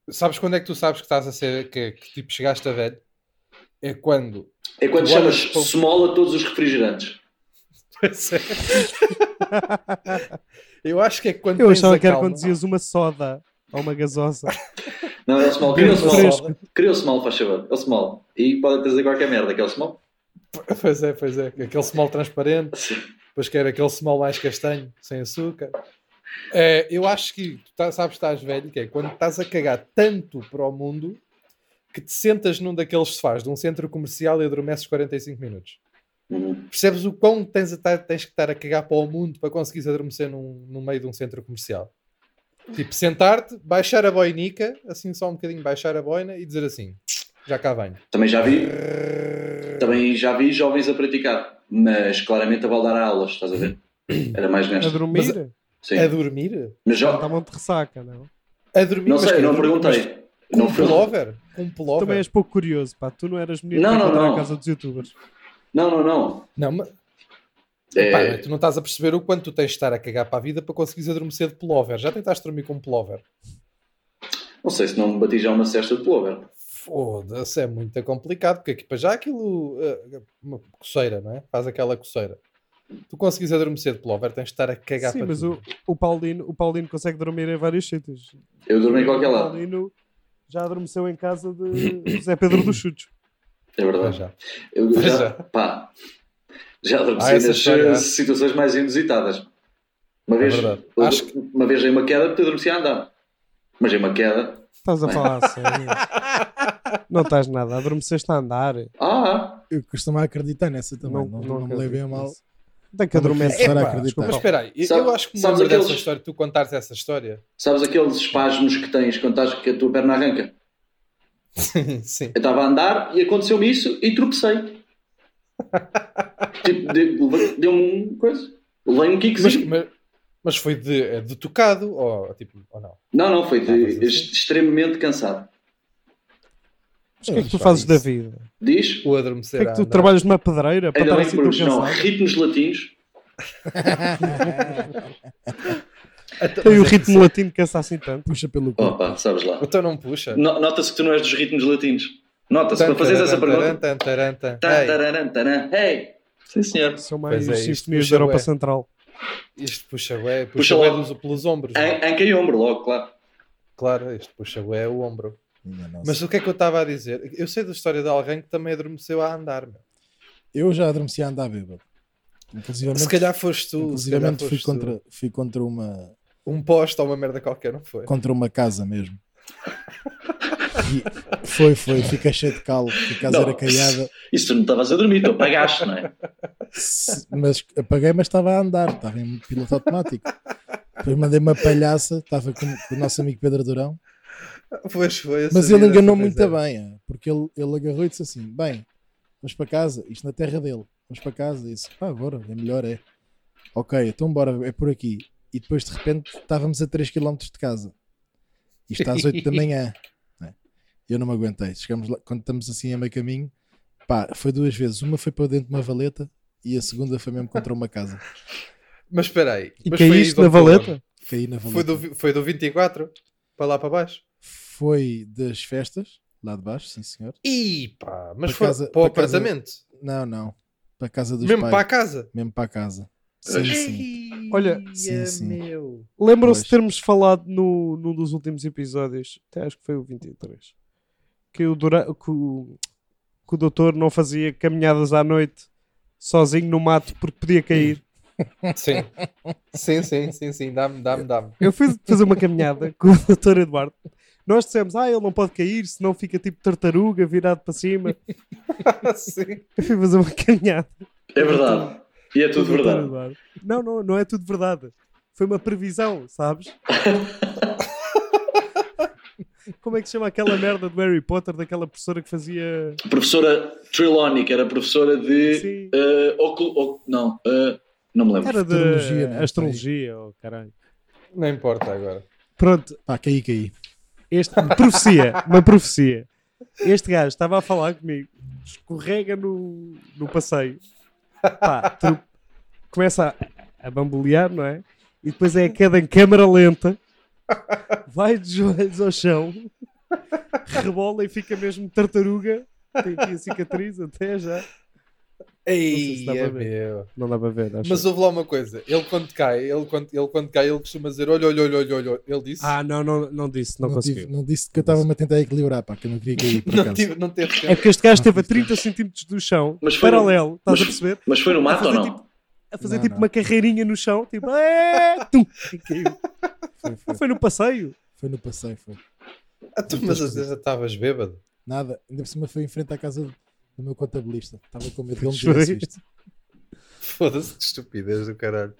sabes quando é que tu sabes que estás a ser. que, que tipo chegaste a velho? É quando. É quando Tu chamas olhas para o- semola todos os refrigerantes. Pois é. Eu acho que é quando Eu tens achava a que era calma. quando dizias uma soda ou uma gasosa. Não, é o small. Cria o Bem small. fresco. Cria o small, faz favor. É o small. E podem trazer qualquer merda, que é o small. Pois é, pois é. Aquele small transparente, depois quer aquele small mais castanho, sem açúcar. É, eu acho que tu tá- sabes que estás velho, que é quando estás a cagar tanto para o mundo que te sentas num daqueles sofás de um centro comercial e adormeces 45 minutos. Uhum. Percebes o quão tens, a tar- tens que estar a cagar para o mundo para conseguires adormecer num, no meio de um centro comercial? Tipo, sentar-te, baixar a boinica, assim só um bocadinho baixar a boina e dizer assim: já cá venho. Também já vi. Também já vi jovens a praticar. Mas claramente a baldar a aulas, estás a ver? Era mais A É nesta. dormir? Sim. A dormir? Mas já. Estavam de ressaca, não? é? A dormir? Não mas sei, que- não mas perguntei. Com Não um perguntei. pullover? Com um pullover? Também és pouco curioso, pá. Tu não eras menino Não, para não, encontrar não. a casa dos youtubers. Não, não, não. Não, mas, É, pá, mas tu não estás a perceber o quanto tu tens de estar a cagar para a vida para conseguires adormecer de pullover. Já tentaste dormir com um pullover? não sei se não me bati já uma cesta de pullover. Foda-se, é muito complicado, porque aqui para já aquilo ah, uma coceira, não é? Faz aquela coceira. Tu conseguis adormecer de pullover, tens de estar a cagar Sim, para mas o, tudo. o, Paulino, o Paulino consegue dormir em vários sítios. Eu dormi em qualquer O lado. Paulino já adormeceu em casa de José Pedro dos Chutos. É Para verdade. já. Eu Pois já, é. pá, já adormeci Ah, essa nas história, eh, é. situações mais inusitadas. Uma vez, verdade. eu- Acho que- uma vez em uma queda, te adormeci a andar. Mas em uma queda. Estás a Bem. falar sério? não estás nada, adormeceste a andar. Ah, Eu costumo acreditar nessa também. Não, Não- não, não me levem a acredito mal. nisso. Tem que adormecer. Começar a Epá, acreditar. Mas espera aí, eu, Sabe- eu acho que me sabes lembro dessa aqueles- história, tu contares essa história. sabes aqueles espasmos que tens quando estás que a tua perna arranca? Sim. Eu estava a andar e aconteceu-me isso e tropecei. tipo, de- leve- deu-me um coisa. Levei um Mas, kickzinho. mas, mas foi de, é de tocado ou, tipo, ou não? Não, não, foi de- Ah, mas assim? ex- extremamente cansado. Mas o que é que tu fazes da vida? Diz? O O adormecer que é que a tu andar. trabalhas numa pedreira para Ainda estar bem que assim tão Bruges não. cansado? Ritmos latinos. Então- Tem o é ritmo latino que cansa assim tanto. Puxa pelo cu. Opa, sabes lá. Então não puxa. No- Nota-se que tu não és dos ritmos latinos. Nota-se, para fazeres essa pergunta. Tan, taran, tan, Tan, taran, tan. tararam, taran. Hey! Sim, senhor. São mais Pois é, isto sinfonias puxa da Europa bué. Central. Ei, Isto puxa bué, Puxa puxa bué logo. dos- pelos ombros. não é? An- Anca e ombro, logo, claro. Claro, isto puxa bué é o ombro. Minha nossa. Mas o que é que eu estava a dizer? Eu sei da história de alguém que também adormeceu a andar. Meu. Eu já adormeci a andar bêbado. Inclusivamente, Se calhar foste tu. se calhar inclusivamente fui, foste tu. contra, fui contra, uma, Um poste ou uma merda qualquer, não foi? contra uma casa mesmo. E foi, foi, fiquei cheio de calo, porque a casa Não. era caiada, Isso tu não estavas a dormir, tu apagaste, não é? se- mas apaguei, mas estava a andar, estava em piloto automático. Depois mandei uma palhaça, estava com, com o nosso amigo Pedro Durão, Pois foi. eu mas sabia ele enganou dessa, muito pois é. bem, é, porque ele, ele agarrou e disse assim: bem, vamos para casa, isto na terra dele, vamos para casa, e disse, pá, bora, é melhor, é. Ok, então bora, é por aqui. E depois de repente estávamos a 3 km de casa. E está às 8 da manhã. né? Eu não me aguentei. Chegamos lá, quando estamos assim a meio caminho, pá, foi duas vezes. Uma foi para dentro de uma valeta e a segunda foi mesmo contra uma casa. Mas espera aí. E mas que é foi isto de na outubro? valeta? Caí na valeta. Foi do, vi- foi do 24 para lá para baixo. Foi das festas, lá de baixo, sim senhor. E pá, mas Para foi casa- para o para casa- apartamento. Não, não. Para a casa dos Mesmo pais. para a casa. Mesmo para a casa. É. Sim, sim. Ei, Olha, Sim, sim. meu. Lembram-se de Pois. termos falado no, num dos últimos episódios, até acho que foi o 23, que o, Dura, que, o, que o doutor não fazia caminhadas à noite sozinho no mato porque podia cair. Sim, sim, sim, sim, sim. dá-me, dá-me, dá-me. Eu fui fazer uma caminhada com o doutor Eduardo. Nós dissemos, ah, ele não pode cair, senão fica tipo tartaruga virado para cima. Sim. Eu fui fazer uma caminhada. É verdade. E é com o tudo Dr. verdade. Eduardo. Não, não, não é tudo verdade. Foi uma previsão, sabes? Como é que se chama aquela merda do Harry Potter, daquela professora que fazia. A professora Trelawney, que era professora de. Sim. eh, ocul- oc- não, eh, não me lembro. Era de futurologia, astrologia, né? astrologia oh, caralho. Não importa agora. Pronto, Pá, caí, caí. este, profecia, uma profecia. Este gajo estava a falar comigo, escorrega no, no passeio, Pá, tu- começa a, a bambolear, não é? E depois é a queda em câmara lenta, vai de joelhos ao chão, rebola e fica mesmo tartaruga. Tem aqui a cicatriz até já. Ei, se dá para é ver. meu. Não dá para ver, acho. Mas houve lá uma coisa. Ele quando cai, ele quando, ele quando cai, ele costuma dizer olha, olha, olha, olha, olha. Ele disse. Ah, não, não, não disse, não, tive- conseguiu. não disse que eu estava-me a tentar equilibrar, pá, que eu não queria cair por não, acaso. tive, não teve É tempo. porque este gajo esteve a 30 centímetros do chão, Mas foi- um- paralelo, estás mas- a perceber? Mas foi no mato ou fazer não? tipo- A fazer Não, tipo não. uma carreirinha no chão, tipo, "É", tum, e caiu. Foi, foi. Não foi no passeio. Foi no passeio, foi. Ah, tu, mas às vezes estavas bêbado. Nada. Ainda por cima foi em frente à casa do, do meu contabilista. Estava com medo que ele Pois me foi. tivesse visto. Foda-se que estupidez do caralho.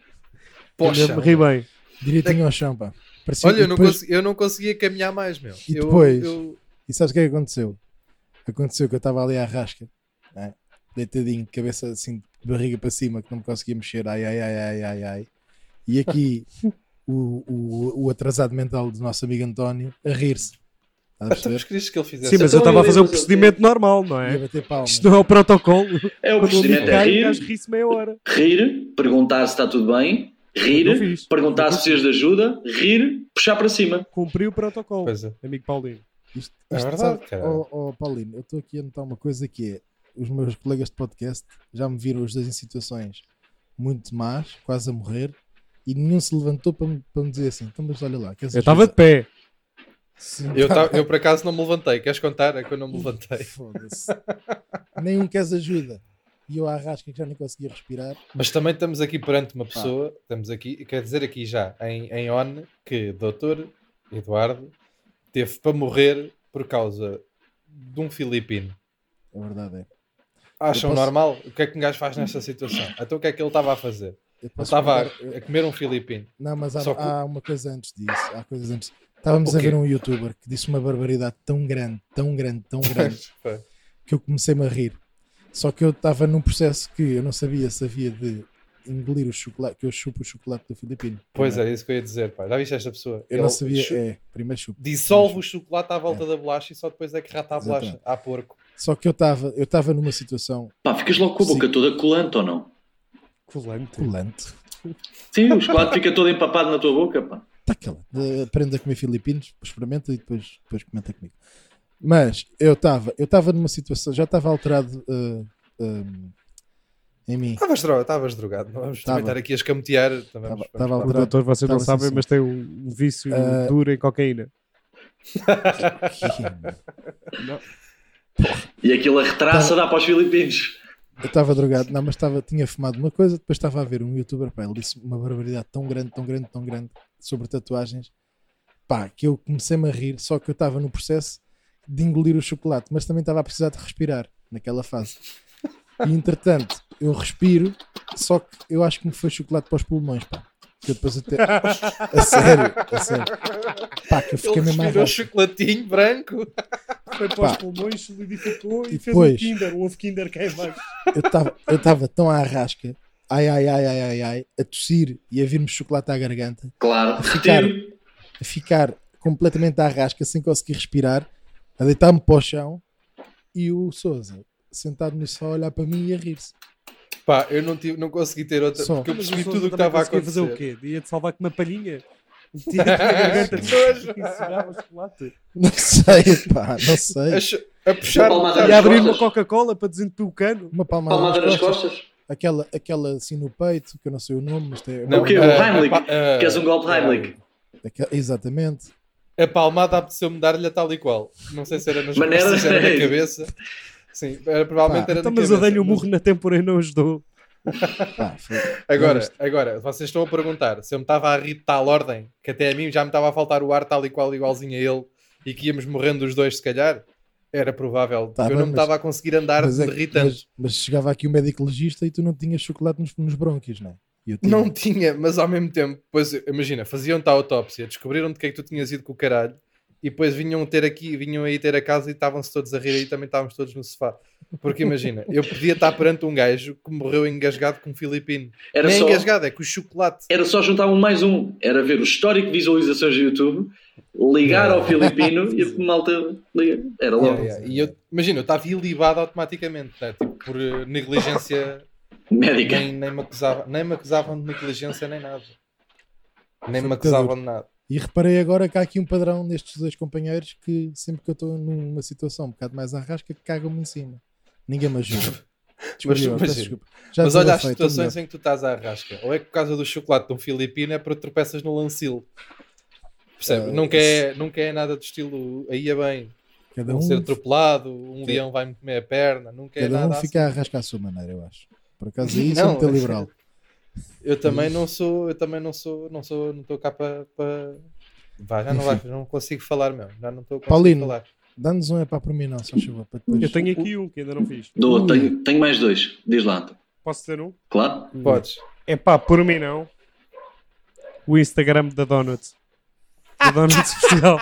Ainda Poxa. me ri bem. Direitinho ao chão, pá. assim, Parecia- Olha, e eu não, depois- consegui- eu não conseguia caminhar mais, meu. E Eu- depois? eu- E sabes o que é que aconteceu? Aconteceu que eu estava ali à rasca, né? deitadinho, de cabeça assim, de barriga para cima, que não me conseguia mexer, ai, ai, ai, ai, ai, ai. E aqui o, o, o atrasado mental do nosso amigo António a rir-se. Estás a Até os perceber? queridos que ele fizesse. assim? Sim, mas eu Então, estava a fazer um eu- procedimento normal, não E a é? bater palmas. Isto não é o protocolo. É Quando o o amigo procedimento é cai, o gajo rir, ri-se meia hora. rir, perguntar se está tudo bem, Eu rir, fiz. perguntar se precisas de ajuda, rir, puxar para cima. Cumpri o protocolo, Pois é. amigo Paulinho. Isto, É isto, verdade, sabe- cara. Ó ó, Paulino, eu estou aqui a notar uma coisa que é: os meus colegas de podcast já me viram os dois em situações muito más, quase a morrer, e nenhum se levantou para me, para me dizer assim: então, mas olha lá, queres Eu estava de pé. ajuda?" Eu, tava- eu por acaso não me levantei. Queres contar? É que eu não me levantei. Foda-se. Nenhum queres ajuda. E eu à rasca que já nem conseguia respirar. Mas também estamos aqui perante uma pessoa, estamos aqui, quer dizer aqui já, em, em ON, que Dr. Eduardo teve para morrer por causa de um filipino. É verdade, é. Acham Eu posso- normal? O que é que um gajo faz nesta situação? Então o que é que ele estava a fazer? Eu Ele posso estava contar- eu- a, a comer um filipino. Não, mas há, Só que- há uma coisa antes disso. Há coisas antes. Estávamos O a quê? ver um youtuber que disse uma barbaridade tão grande, tão grande, tão grande. que eu comecei-me a rir. Só que eu estava num processo que eu não sabia se havia de engolir o chocolate, que eu chupo o chocolate do Filipino. Pois Primeiro. é, isso que eu ia dizer, pá. Já viste esta pessoa? Eu não Ele sabia, chu- é, primeiro chupo. Dissolve o chocolate à volta da bolacha e só depois é que rata a Exatamente. bolacha. Há porco. Só que eu estava eu estava numa situação Pá, ficas logo com a boca toda colante ou não? Colante. colante. Sim, o chocolate fica todo empapado na tua boca, pá. Está calado. Eh, Aprende a comer filipinos, experimenta e depois, depois comenta comigo. Mas eu estava eu estava numa situação, já estava alterado eh, eh, em mim. Estavas dro- estavas drogado, não vamos Estava. também estar aqui a escamotear. Também vamos- Estava O alterado. doutor, vocês não Tava sabem, assim, mas tem um vício Ah. duro em cocaína. E aquilo a retraça Tá. dá para os Filipinos. Eu estava drogado, não, mas estava, tinha fumado uma coisa, depois estava a ver um youtuber, pá, ele disse uma barbaridade tão grande, tão grande, tão grande sobre tatuagens, pá, que eu comecei-me a rir, só que eu estava no processo de engolir o chocolate, mas também estava a precisar de respirar naquela fase. E entretanto, eu respiro, só que eu acho que me foi chocolate para os pulmões, pá. Que eu depois até. A sério, a sério. Pá, que eu fiquei Ele mesmo à respirou racha. chocolatinho branco. Foi para Pá. os pulmões, solidificou e, E fez um depois? Kinder. O ovo Kinder é cai embaixo. eu estava eu tava tão à rasca, ai, ai, ai, ai, ai, ai, a tossir e a vir-me chocolate à garganta, Claro, Ficar. retiro. a ficar completamente à rasca, sem conseguir respirar, a deitar-me para o chão e o Souza sentado no sofá a olhar para mim e a rir-se. Pá, eu não, tive, não consegui ter outra. Só. Porque eu Mas percebi pessoas tudo o que também estava a conseguiam acontecer. fazer o quê? Ia te salvar com uma palhinha. Metia-te na garganta Que nojo. e segurava o chocolate. Não sei, pá, não A, sei. cho- a puxar. Uma palmada E Nas abrir uma costas? Coca-Cola para desentupir o cano. Uma palmada, Palmada nas nas costas, costas. Aquela, aquela assim no peito, que eu não sei o nome, mas tem. um O quê? O ah, Heimlich? ah, ah, Queres um golpe de Heimlich? Aquela- exatamente. A palmada apeteceu-me dar-lhe a tal e qual. Não sei se era nas Maneira- costas, se era na cabeça. Sim, era, provavelmente Pá, era Então, na mas cabeça. é eu dei-lhe o mas- murro na têmpora e não ajudou. Pá, foi- Agora, Mas- agora, vocês estão a perguntar se eu me estava a rir de tal ordem, que até a mim já me estava a faltar o ar tal e qual igualzinho a ele, e que íamos morrendo os dois, se calhar, era provável. Tá eu bem, não me mas- estava a conseguir andar mas, de é me que- rir tanto. mas- mas chegava aqui o médico legista e tu não tinhas chocolate nos, nos brônquios, não é? E eu tinha. Não tinha, mas ao mesmo tempo, pois imagina, faziam-te a autópsia, descobriram de que é que tu tinhas ido com o caralho, e depois vinham ter aqui, vinham aí ter a casa e estavam-se todos a rir aí, também estávamos todos no sofá. Porque imagina, eu podia estar perante um gajo que morreu engasgado com um filipino. Era Nem só, engasgado, é com o chocolate. era só juntar um mais um. Era ver o histórico de visualizações do YouTube, ligar ao filipino e a malta liga. Yeah, Era logo. yeah. E eu, imagina, eu estava ilibado automaticamente, né? tipo, por eh, negligência, Médica. nem, nem, me acusava, nem me acusavam de negligência nem nada. Nem me acusavam de nada. E reparei agora que há aqui um padrão nestes dois companheiros que sempre que eu estou numa situação um bocado mais arrasca, cagam-me em cima. Ninguém me ajuda. Mas- Desculpa, mas- peço desculpa. Já Mas olha as desabafei, estou situações em que tu estás à rasca. Ou é que por causa do chocolate de um filipino é para tropeças no lancil. Percebe? Ah, nunca, é, nunca é nada do estilo aí é bem. melhor. Cada Vou ser um, atropelado, um Sim. leão vai-me comer a perna. Nunca é cada um nada fica a rasca à sua maneira, eu acho. Por acaso aí Não, sou muito é- liberal. assim. Eu também não sou, eu também não sou, não sou, não estou cá para. para- Vá, já não, vai, não consigo falar mesmo. Já não estou a conseguir Paulino. falar. Dá-nos um epá por mim, não, só chuva, para depois. Eu tenho aqui um que ainda não fiz. Dou, tenho, tenho mais dois. Diz lá. Posso ter um? Claro. Podes. É pá, por mim não. O Instagram da Donuts. Da Donuts Portugal.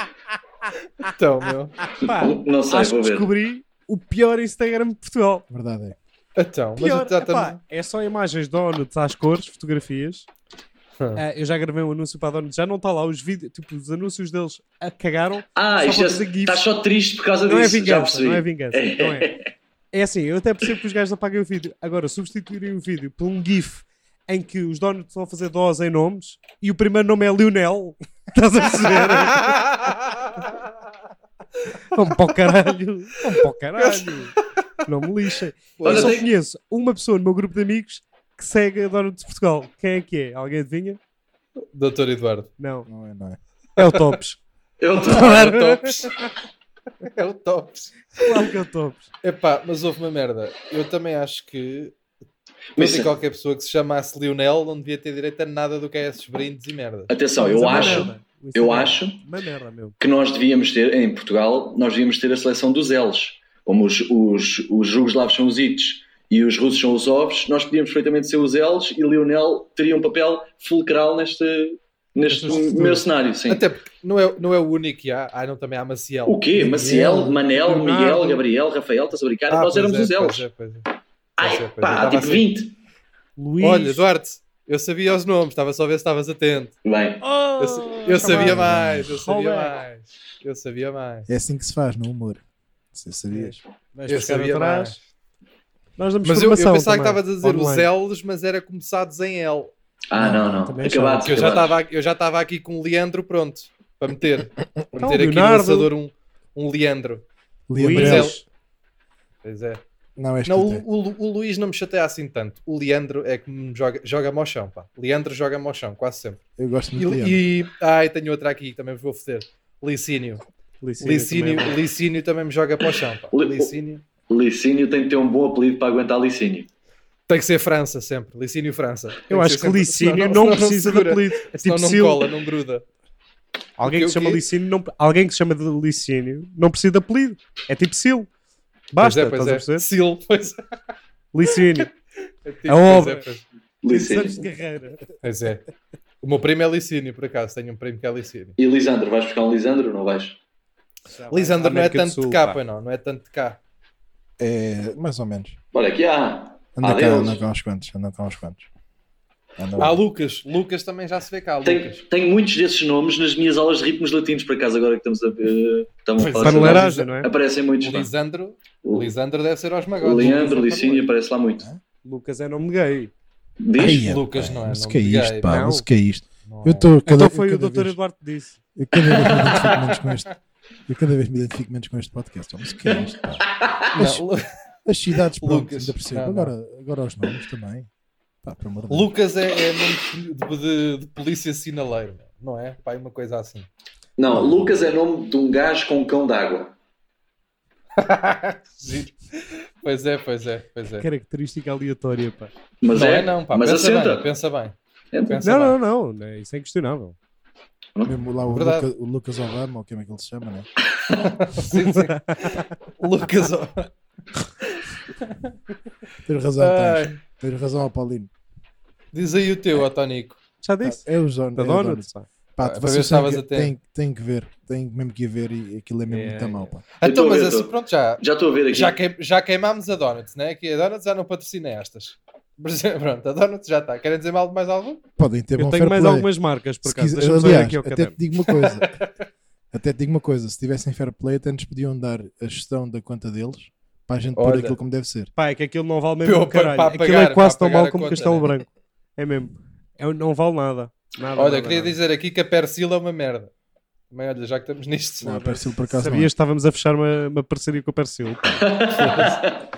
Então, meu. Pá, Não sei, acho vou que ver. descobri o pior Instagram de Portugal. Verdade é. Então, mas Pior, eu já epá, estamos. é só imagens de donuts às cores, fotografias. Ah. Ah, eu já gravei um anúncio para a donuts, já não está lá os vídeos, tipo, os anúncios deles a cagaram. Ah, Só isto para é, fazer gifs. estás só triste por causa Não é disso. Já vingança, percebi. não é vingança, não é. É assim, eu até percebo que os gajos apaguem o vídeo. Agora, substituírem o vídeo por um gif em que os donuts vão fazer dose em nomes e o primeiro nome é Lionel. Estás a perceber? Vamos para o caralho. Vamos para o caralho. Não me lixem. Olha, eu só tem- conheço uma pessoa no meu grupo de amigos que segue a Donuts Portugal. Quem é que é? Alguém adivinha? Doutor Eduardo. Não. Não é, não é. É o Tops. Eu tô- É o tops. É o tops. Claro que é o Tops. Epá, mas houve uma merda. Eu também acho que Mas, toda e qualquer pessoa que se chamasse Lionel não devia ter direito a nada do que é esses brindes e merda. atenção, Mas é Então, eu uma acho merda. Isso é uma acho- merda. Uma merda, meu. que nós devíamos ter, em Portugal, nós devíamos ter a seleção dos L's. Como os, os, os jugoslavos são os Its e os russos são os Ovs, nós podíamos perfeitamente ser os L's e Lionel teria um papel fulcral neste, neste Neste futuro. meu cenário. Sim. Até porque não é, não é o único que há. Ah, não, também há Maciel. O quê? Miguel, Maciel, Manel, Leonardo. Miguel, Gabriel, Rafael, estás a brincar? Ah, nós pois éramos é, os pois L's. é, pois é. Ai, pois é, pois é. pá, há Estava tipo assim. 20. Luís. Olha, Duarte, eu sabia os nomes, estava só a ver se estavas atento. Bem, Oh, Eu, sa- eu sabia chamava. mais, eu sabia Rollback. mais. Eu sabia mais. É assim que se faz no humor. Você sabias? É. Vais eu buscar sabia atrás. mais. Nós damos Mas eu, eu formação pensava que também, estava a dizer os online. L's, mas era começados em L. ah, não, não. Também Acabado, Que eu já acabado. estava eu já estava aqui com o Leandro pronto para meter. Para Então, meter aqui no Leonardo. lançador um, um Leandro. Luís. Leandro. Mas Pois é. Não, és Não, tu, é. o, Té. o- o Luís não me chateia assim tanto. O Leandro é que me joga, joga-me ao chão, pá. Leandro joga-me ao chão, quase sempre. Eu gosto E, muito de Leandro. e- ai, tenho outra aqui, também vos vou foder. Licínio. Licínio Licínio, também. é Licínio também me joga para o chão, pá. Li- Licínio. Licínio tem que ter um bom apelido para aguentar Licínio. Tem que ser França sempre. Licínio França. Tem Eu acho ser que sempre- Licínio senão não, senão precisa de segura, apelido. É senão tipo não Sil. cola, não gruda. Alguém O que quê, se chama o quê? Licínio, não, alguém que se chama de Licínio não precisa de apelido. É tipo Sil. Basta, estás a pois é, pois é. perceber? Sil, pois é. Licínio. É tipo, A pois obra. é, pois- Santos Licínio. Carreira. Pois é. O meu primo é Licínio, por acaso. Tenho um primo que é Licínio. E Lisandro, vais buscar um Lisandro ou não vais? Tá Lisandro não é América do tanto Sul, de cá, pá. pois não. Não é tanto de cá. É, mais ou menos. Olha aqui, ah, Anda cá, Adeus. anda cá uns quantos. Anda cá uns quantos. Anda Ah, lá. Lucas. Lucas também já se vê cá, tenho, Lucas. tenho muitos desses nomes nas minhas aulas de ritmos latinos, por acaso, agora que estamos a, eh, estamos a Para Pois é. falar sobre nomes. Laranja, não é? Aparecem muitos. pá. Lisandro. O- Lisandro deve ser aos magotes. Leandro, Licínio, aparece lá muito. Lucas é nome gay. Diz? Ai, Lucas não é Mas o nome que é de isto, gay, pá? não. Mas o que é isto? Não Eu é. estou cada, Então eu foi o cada Dr. vez- Eduardo que disse. Eu cada vez me identifico menos com este. Eu cada vez me identifico menos com este podcast. ó, Mas o que é isto, pá? Mas- Não, Lu- As cidades, pronto, Lucas, ainda percebo. não, não. Agora, agora os nomes também. Pá, pelo amor de Deus. Lucas é, é nome de, de- de polícia sinaleiro, não é? Pá, é uma coisa assim. Não, Lucas é nome de um gajo com um cão d'água. Giro. Pois é, pois é, pois é. Característica aleatória, pá. Mas não é, é, não, pá. mas pensa assenta. É, bem, pensa bem. Entra. Pensa Não, bem. não, não, não. Isso é inquestionável. Mesmo lá o, Verdade. Luca- o Lucas Obama, ou como é que ele se chama, né? Sim, sim. Lucas. ó. Tens razão, tens. Ai, Tens razão, ó, Paulino. diz aí o teu, ó Tónico. Já Pá, disse. É o Zona. Da é o Donuts, pá. Pá, Pá, para ver vocês se têm estavas que, até- têm, têm que ver. Têm mesmo que ir ver e aquilo é mesmo É, muito a mal, pá. Eu Então, tô a mas ver, assim, tô. pronto, já, Já estou a ver aqui. já, queim- já queimámos a Donuts, né? Que a Donuts já não patrocina estas. Mas, Pronto, a Donuts já está. Querem dizer mal de mais algum? Podem ter bom Eu tenho fair mais play. algumas marcas, por Se acaso. quiser- Deixa-me só ir aliás, aqui ao até caderno. te digo uma coisa. até te digo uma coisa. Se tivessem fair play, até nos podiam dar a gestão da conta deles para a gente pôr Olha. aquilo como deve ser. Pá, é que aquilo não vale Pô, mesmo um para- caralho. para Aquilo pagar- é quase para tão pagar mal a como conta, Castelo né? Branco. É mesmo. É, não vale nada. Nada, Olha, nada, queria nada. dizer aqui que a Persila é uma merda. Mas olha, já que estamos nisto. Não, é. apareceu por acaso Sabias que estávamos a fechar uma, uma parceria com o Persil? é não.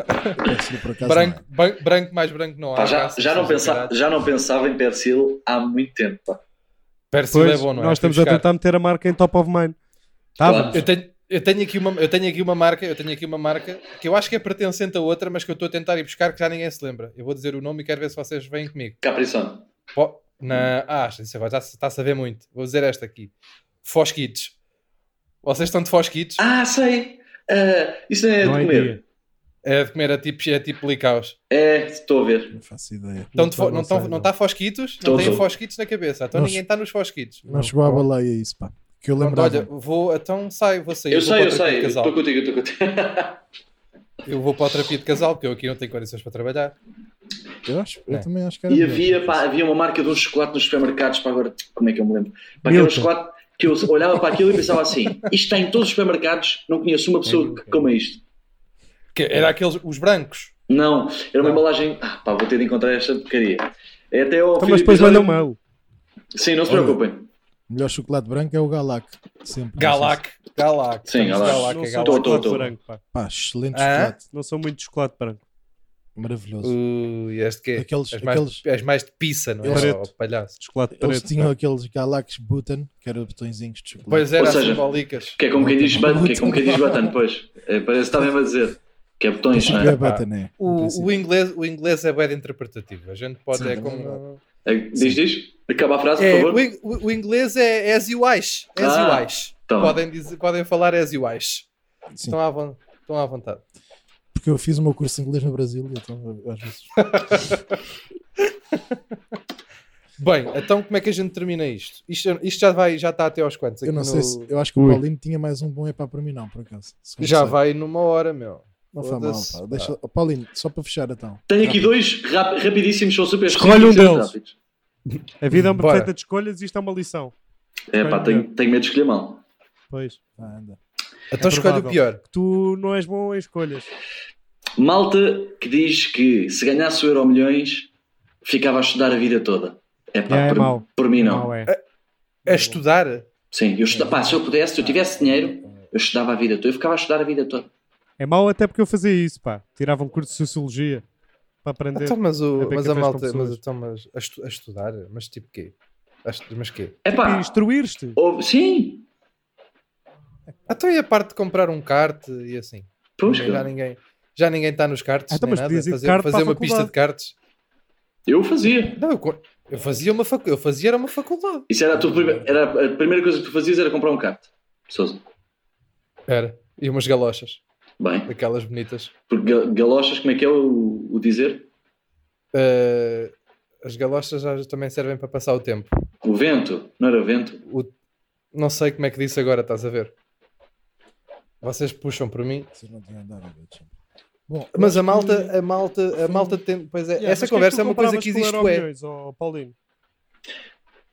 Apareceu por acaso branco, não. ban- branco mais branco não há. Pá, já, graças já não a pensa, caralho. já não pensava em Persil há muito tempo. pá. Persil Pois, é bom, não é? nós Fui estamos a buscar. tentar meter a marca em top of mind. Tá Estávamos. Eu tenho, eu tenho aqui uma, eu tenho aqui uma marca, eu tenho aqui uma marca que eu acho que é pertencente a outra, mas que eu estou a tentar ir buscar que já ninguém se lembra. Eu vou dizer o nome e quero ver se vocês vêm comigo. Caprição. Po- na, ah, isso agora já se- está a saber muito. Vou dizer esta aqui. Fosquitos. Vocês estão de Fosquitos? Ah, sei. Ah, isso não é Não de é comer. dia. É de comer a tipo, é tipo licaus. É, estou a ver. Não faço ideia. Estão de fo- sei, não, estão- sei, não está Fosquitos? Não Tô, têm tô. Fosquitos na cabeça. Então Nós- ninguém está nos Fosquitos. Não chegou à baleia isso, pá. Que eu Pronto, lembrava. olha, vou, então saio, vou sair. Eu vou sei, para eu o terapia sei. de casal. Estou contigo, estou contigo. Eu vou para a terapia de casal, porque eu aqui não tenho condições para trabalhar. eu acho, eu É. também acho que era E melhor. havia, pá, havia uma marca de um chocolate nos supermercados, para agora, como é que eu me lembro? Para aquele Milka. chocolate que eu olhava para aquilo e pensava assim: isto está em todos os supermercados, não conheço uma É, pessoa que coma isto. Que era aqueles, os brancos. Não, era Não. uma embalagem. Ah, pá, vou ter de encontrar esta porcaria. É até ao Então, fim mas do depois manda episódio- um mail. Sim, não se Olha. preocupem. O melhor chocolate branco é o Galac. Sempre. Galac. Galac. Sim, Estamos Galac. não é sou Tô, de Galac. tô, chocolate tô. branco, pá. Pá, excelente Hã? chocolate. Não sou muito de chocolate branco. Maravilhoso. Ui, este que é? Aqueles- és, mais, aqueles- és mais de pizza, não é? Eles- Ó, palhaço. Chocolate Eles preto. tinham aqueles Galax Button, que eram botõezinhos de chocolate. é? Pois é. era, Ou seja, as bolicas. Que é como quem diz, Muito button, que é como quem diz bom. button, pois. É, parece que está mesmo a dizer. Que é Em botões, não princípio é? é Button, é. Em O, princípio. o, inglês, o inglês é bem interpretativo. A gente pode. Sim, é também como. É, diz, diz. Acaba a frase, por É, o, favor. in- o- o inglês é as you wish. As Ah, you wish. tá bem. Podem, dizer, podem falar as you wish. Sim, Estão à, von- estão à vontade. porque eu fiz o meu curso de inglês no Brasil e então às vezes. Bem, então como é que a gente termina isto? Isto, isto já, vai, já está até aos quantos? Eu não Aqui sei no- se. Eu acho que o Ui. Paulino tinha mais um bom epá para mim, não, por acaso. Segundo Já sei. vai numa hora, meu. Não foi mal, Foda-se, Ah. pá. Deixa... Oh, Paulinho, só para fechar então. Tenho aqui dois rap- rapidíssimos, são super Escolhe um simples e deles. rápidos. A vida é uma Bora. perfeita de escolhas e isto é uma lição. É um pá, tenho, tenho medo de escolher mal. Pois. Ah, anda. Então escolhe o provável. pior. Que tu não és bom em escolhas. Malta que diz que se ganhasse o Euro Milhões ficava a estudar a vida toda. É pá, É, é por, mau. por mim não. Não é. A estudar? É Sim, eu estuda, pá, se eu pudesse, se eu tivesse dinheiro, Ah, eu estudava a vida toda. Eu ficava a estudar a vida toda. É mau até porque eu fazia isso, pá. Tirava um curso de Sociologia para aprender. Então, mas, É o, bem mas cafés a com malta. Mas, pessoas. então, mas a, estu- a estudar? Mas tipo quê? A estu- Mas quê? É Tipo, pá, instruir-te. ou- sim, Então e a parte de comprar um kart e assim? pois já cara. ninguém já ninguém está nos karts, Ah, então, nem mas nada. podias ir de Fazer, kart para fazer a uma pista de karts. eu fazia. Não, eu, co- eu fazia uma facu... eu fazia era uma faculdade. Isso era a, tua prime- era a primeira coisa que tu fazias era comprar um kart. Sousa. Era. E umas galochas, Bem, aquelas bonitas. porque ga- galochas, como é que é o, o dizer? Ah, as galochas já também servem para passar o tempo. O vento, não era vento? O- Não sei como é que disse agora, estás a ver? Vocês puxam por mim. Vocês não tinham andado a ver, gente. Bom, eu Mas acho a malta, que- a malta, a malta tem. Pois é, Yeah, mas essa o que conversa é, tu uma coisa compravas que com existe, ué. Euromilhões, ó, Paulinho.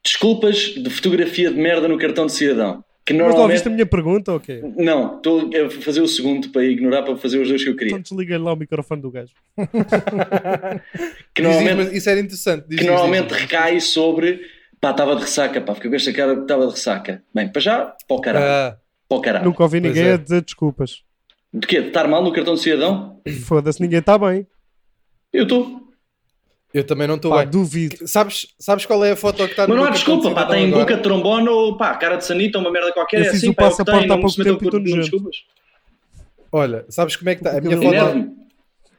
Desculpas de fotografia de merda no cartão de cidadão. Que Mas não normalmente... ouviste a minha pergunta ou quê? Não, estou a fazer o segundo para ignorar, para fazer os dois que eu Então queria. desliguei lá o microfone do gajo. Que Diz, diz, normalmente, mas isso era interessante. Diz, que diz, normalmente diz. recai sobre. Pá, estava de ressaca, pá, fiquei com esta cara que estava de ressaca. Bem, para já, para o caralho. Ah, Para o caralho. Nunca ouvi Pois ninguém é. a dizer desculpas. De quê? De estar mal no cartão de cidadão? Foda-se, ninguém está bem. Eu estou. eu também não estou Pá, bem. duvido. Sabes, sabes qual é a foto que Tá está Mas no não há meu desculpa, cartão pá, de cidadão tem agora? boca de trombone ou pá, cara de sanita, uma merda qualquer. Eu é fiz assim, o pá, é passaporte que tem, há não me pouco metam tempo e com- estou não me nojento. desculpas. Olha, sabes como é que está? A minha Porque foto, Enerve-me.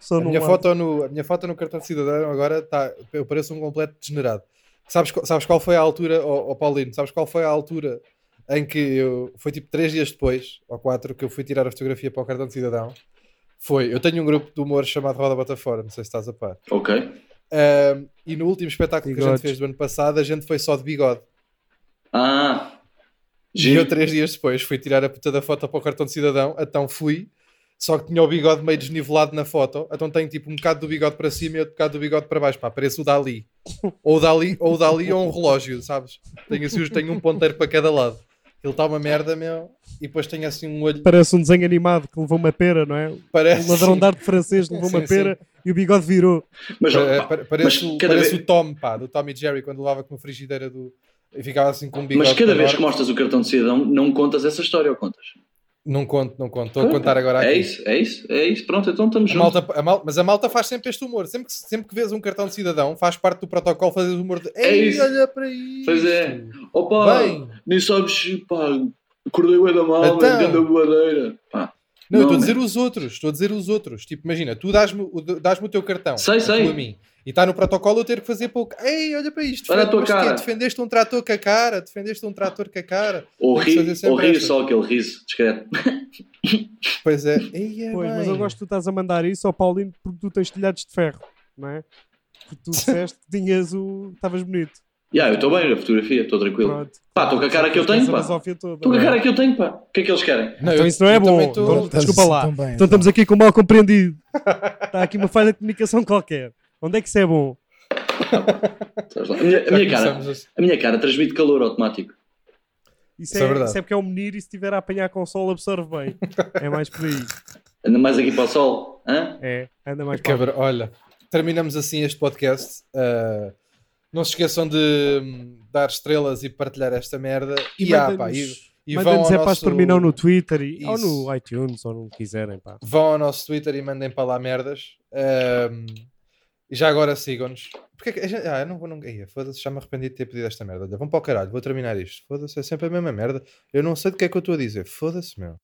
Só a não minha há. foto, no, a minha foto no cartão de cidadão agora está. Eu pareço um completo degenerado. Sabes, qual- sabes qual foi a altura, ó ó Paulino? Sabes qual foi a altura em que eu. Foi tipo três dias depois, ou quatro, que eu fui tirar a fotografia para o cartão de cidadão. Foi. Eu tenho um grupo de humor chamado Roda Bota Fora, não sei se estás a par. Ok. Ahm, e no último espetáculo que a Bigodes. gente fez do ano passado, a gente foi só de bigode. Ah. E eu, Giro. três dias depois, fui tirar a puta da foto para o cartão de cidadão, então fui, só que tinha o bigode meio desnivelado na foto, então tenho tipo um bocado do bigode para cima e outro bocado do bigode para baixo, pá, parece o Dali. Ou o Dali, ou o Dali ou um relógio, sabes? Tenho assim, os- tenho um ponteiro para cada lado. Ele está uma merda, meu, e depois tenho assim um olho, Parece um desenho animado que levou uma pera, não é? parece... Um ladrão de arte francês levou Sim, uma pera e o bigode virou. Mas, pa- ó, pá, pa- É, parece, mas o- cada parece vez- o Tom, pá, do Tom e Jerry, quando levava com uma frigideira do... E ficava assim com um bigode mas cada para vez fora. que mostras o cartão de cidadão, não contas essa história ou contas? Não conto, não conto, estou a contar agora Tá aqui. É isso, é isso, é isso. Pronto, então estamos A juntos. malta, a mal- mas a malta faz sempre este humor. Sempre que, sempre que vês um cartão de cidadão, faz parte do protocolo fazer o humor de É Ei, isso. olha para isso. Pois é. Opa, Bem, nem sabes, pá, acordei o da mal, Então. mas grande boadeira. Pá, não, eu estou a Não, dizer os outros, estou a dizer os outros. Tipo, imagina, tu dás-me o- dás-me o teu cartão, Sei, ou sei. tu a mim, e está no protocolo eu ter que fazer pouco. Ei, olha para isto, Olha a Fred, tua mas quê? cara. defendeste um trator com a cara, defendeste um trator com a cara. ou Tem que ri, fazer sempre ou ri é estas. só aquele riso discreto. Pois é, Ei, é Pois, bem. mas eu gosto que tu estás a mandar isso ao Paulino porque tu tens telhados de ferro, não é? Porque tu disseste que tinhas o. Estavas bonito. Ya, eu estou bem na fotografia, estou tranquilo. Pronto. Pá, estou com a cara que eu tenho, Essa pá. Estou basófia toda. com a Não é? cara que eu tenho, pá. O que é que eles querem? Não, Então eu- isso não é eu bom. também estou- Então, Estás desculpa lá. tão bem, Então estamos aqui com o mal compreendido. Está aqui uma falha de comunicação qualquer. Onde é que isso é bom? Sabes lá. A minha, a já minha cara, começamos assim. a minha cara transmite calor automático. Isso Isso é é, verdade. isso é porque é um menino e se estiver a apanhar a consola absorve bem. É mais por aí. Anda mais aqui para o sol. Hã? É, anda mais para Cabra- olha, terminamos assim este podcast. Ah, não se esqueçam de hum, dar estrelas e partilhar esta merda. E, ah, pá, e- mandem-nos- e vão, Mandem-nos ao é para nosso, exterminar no Twitter e, ou Isso. no iTunes, ou não quiserem, pá. vão ao nosso Twitter e mandem para lá merdas. Ahm, e já agora sigam-nos. Porque é que a gente- ah, eu não vou nunca. Ia, Foda-se, já me arrependi de ter pedido esta merda. Olha, vão para o caralho, vou terminar isto. Foda-se, é sempre a mesma merda. Eu não sei do que é que eu estou a dizer. Foda-se, meu.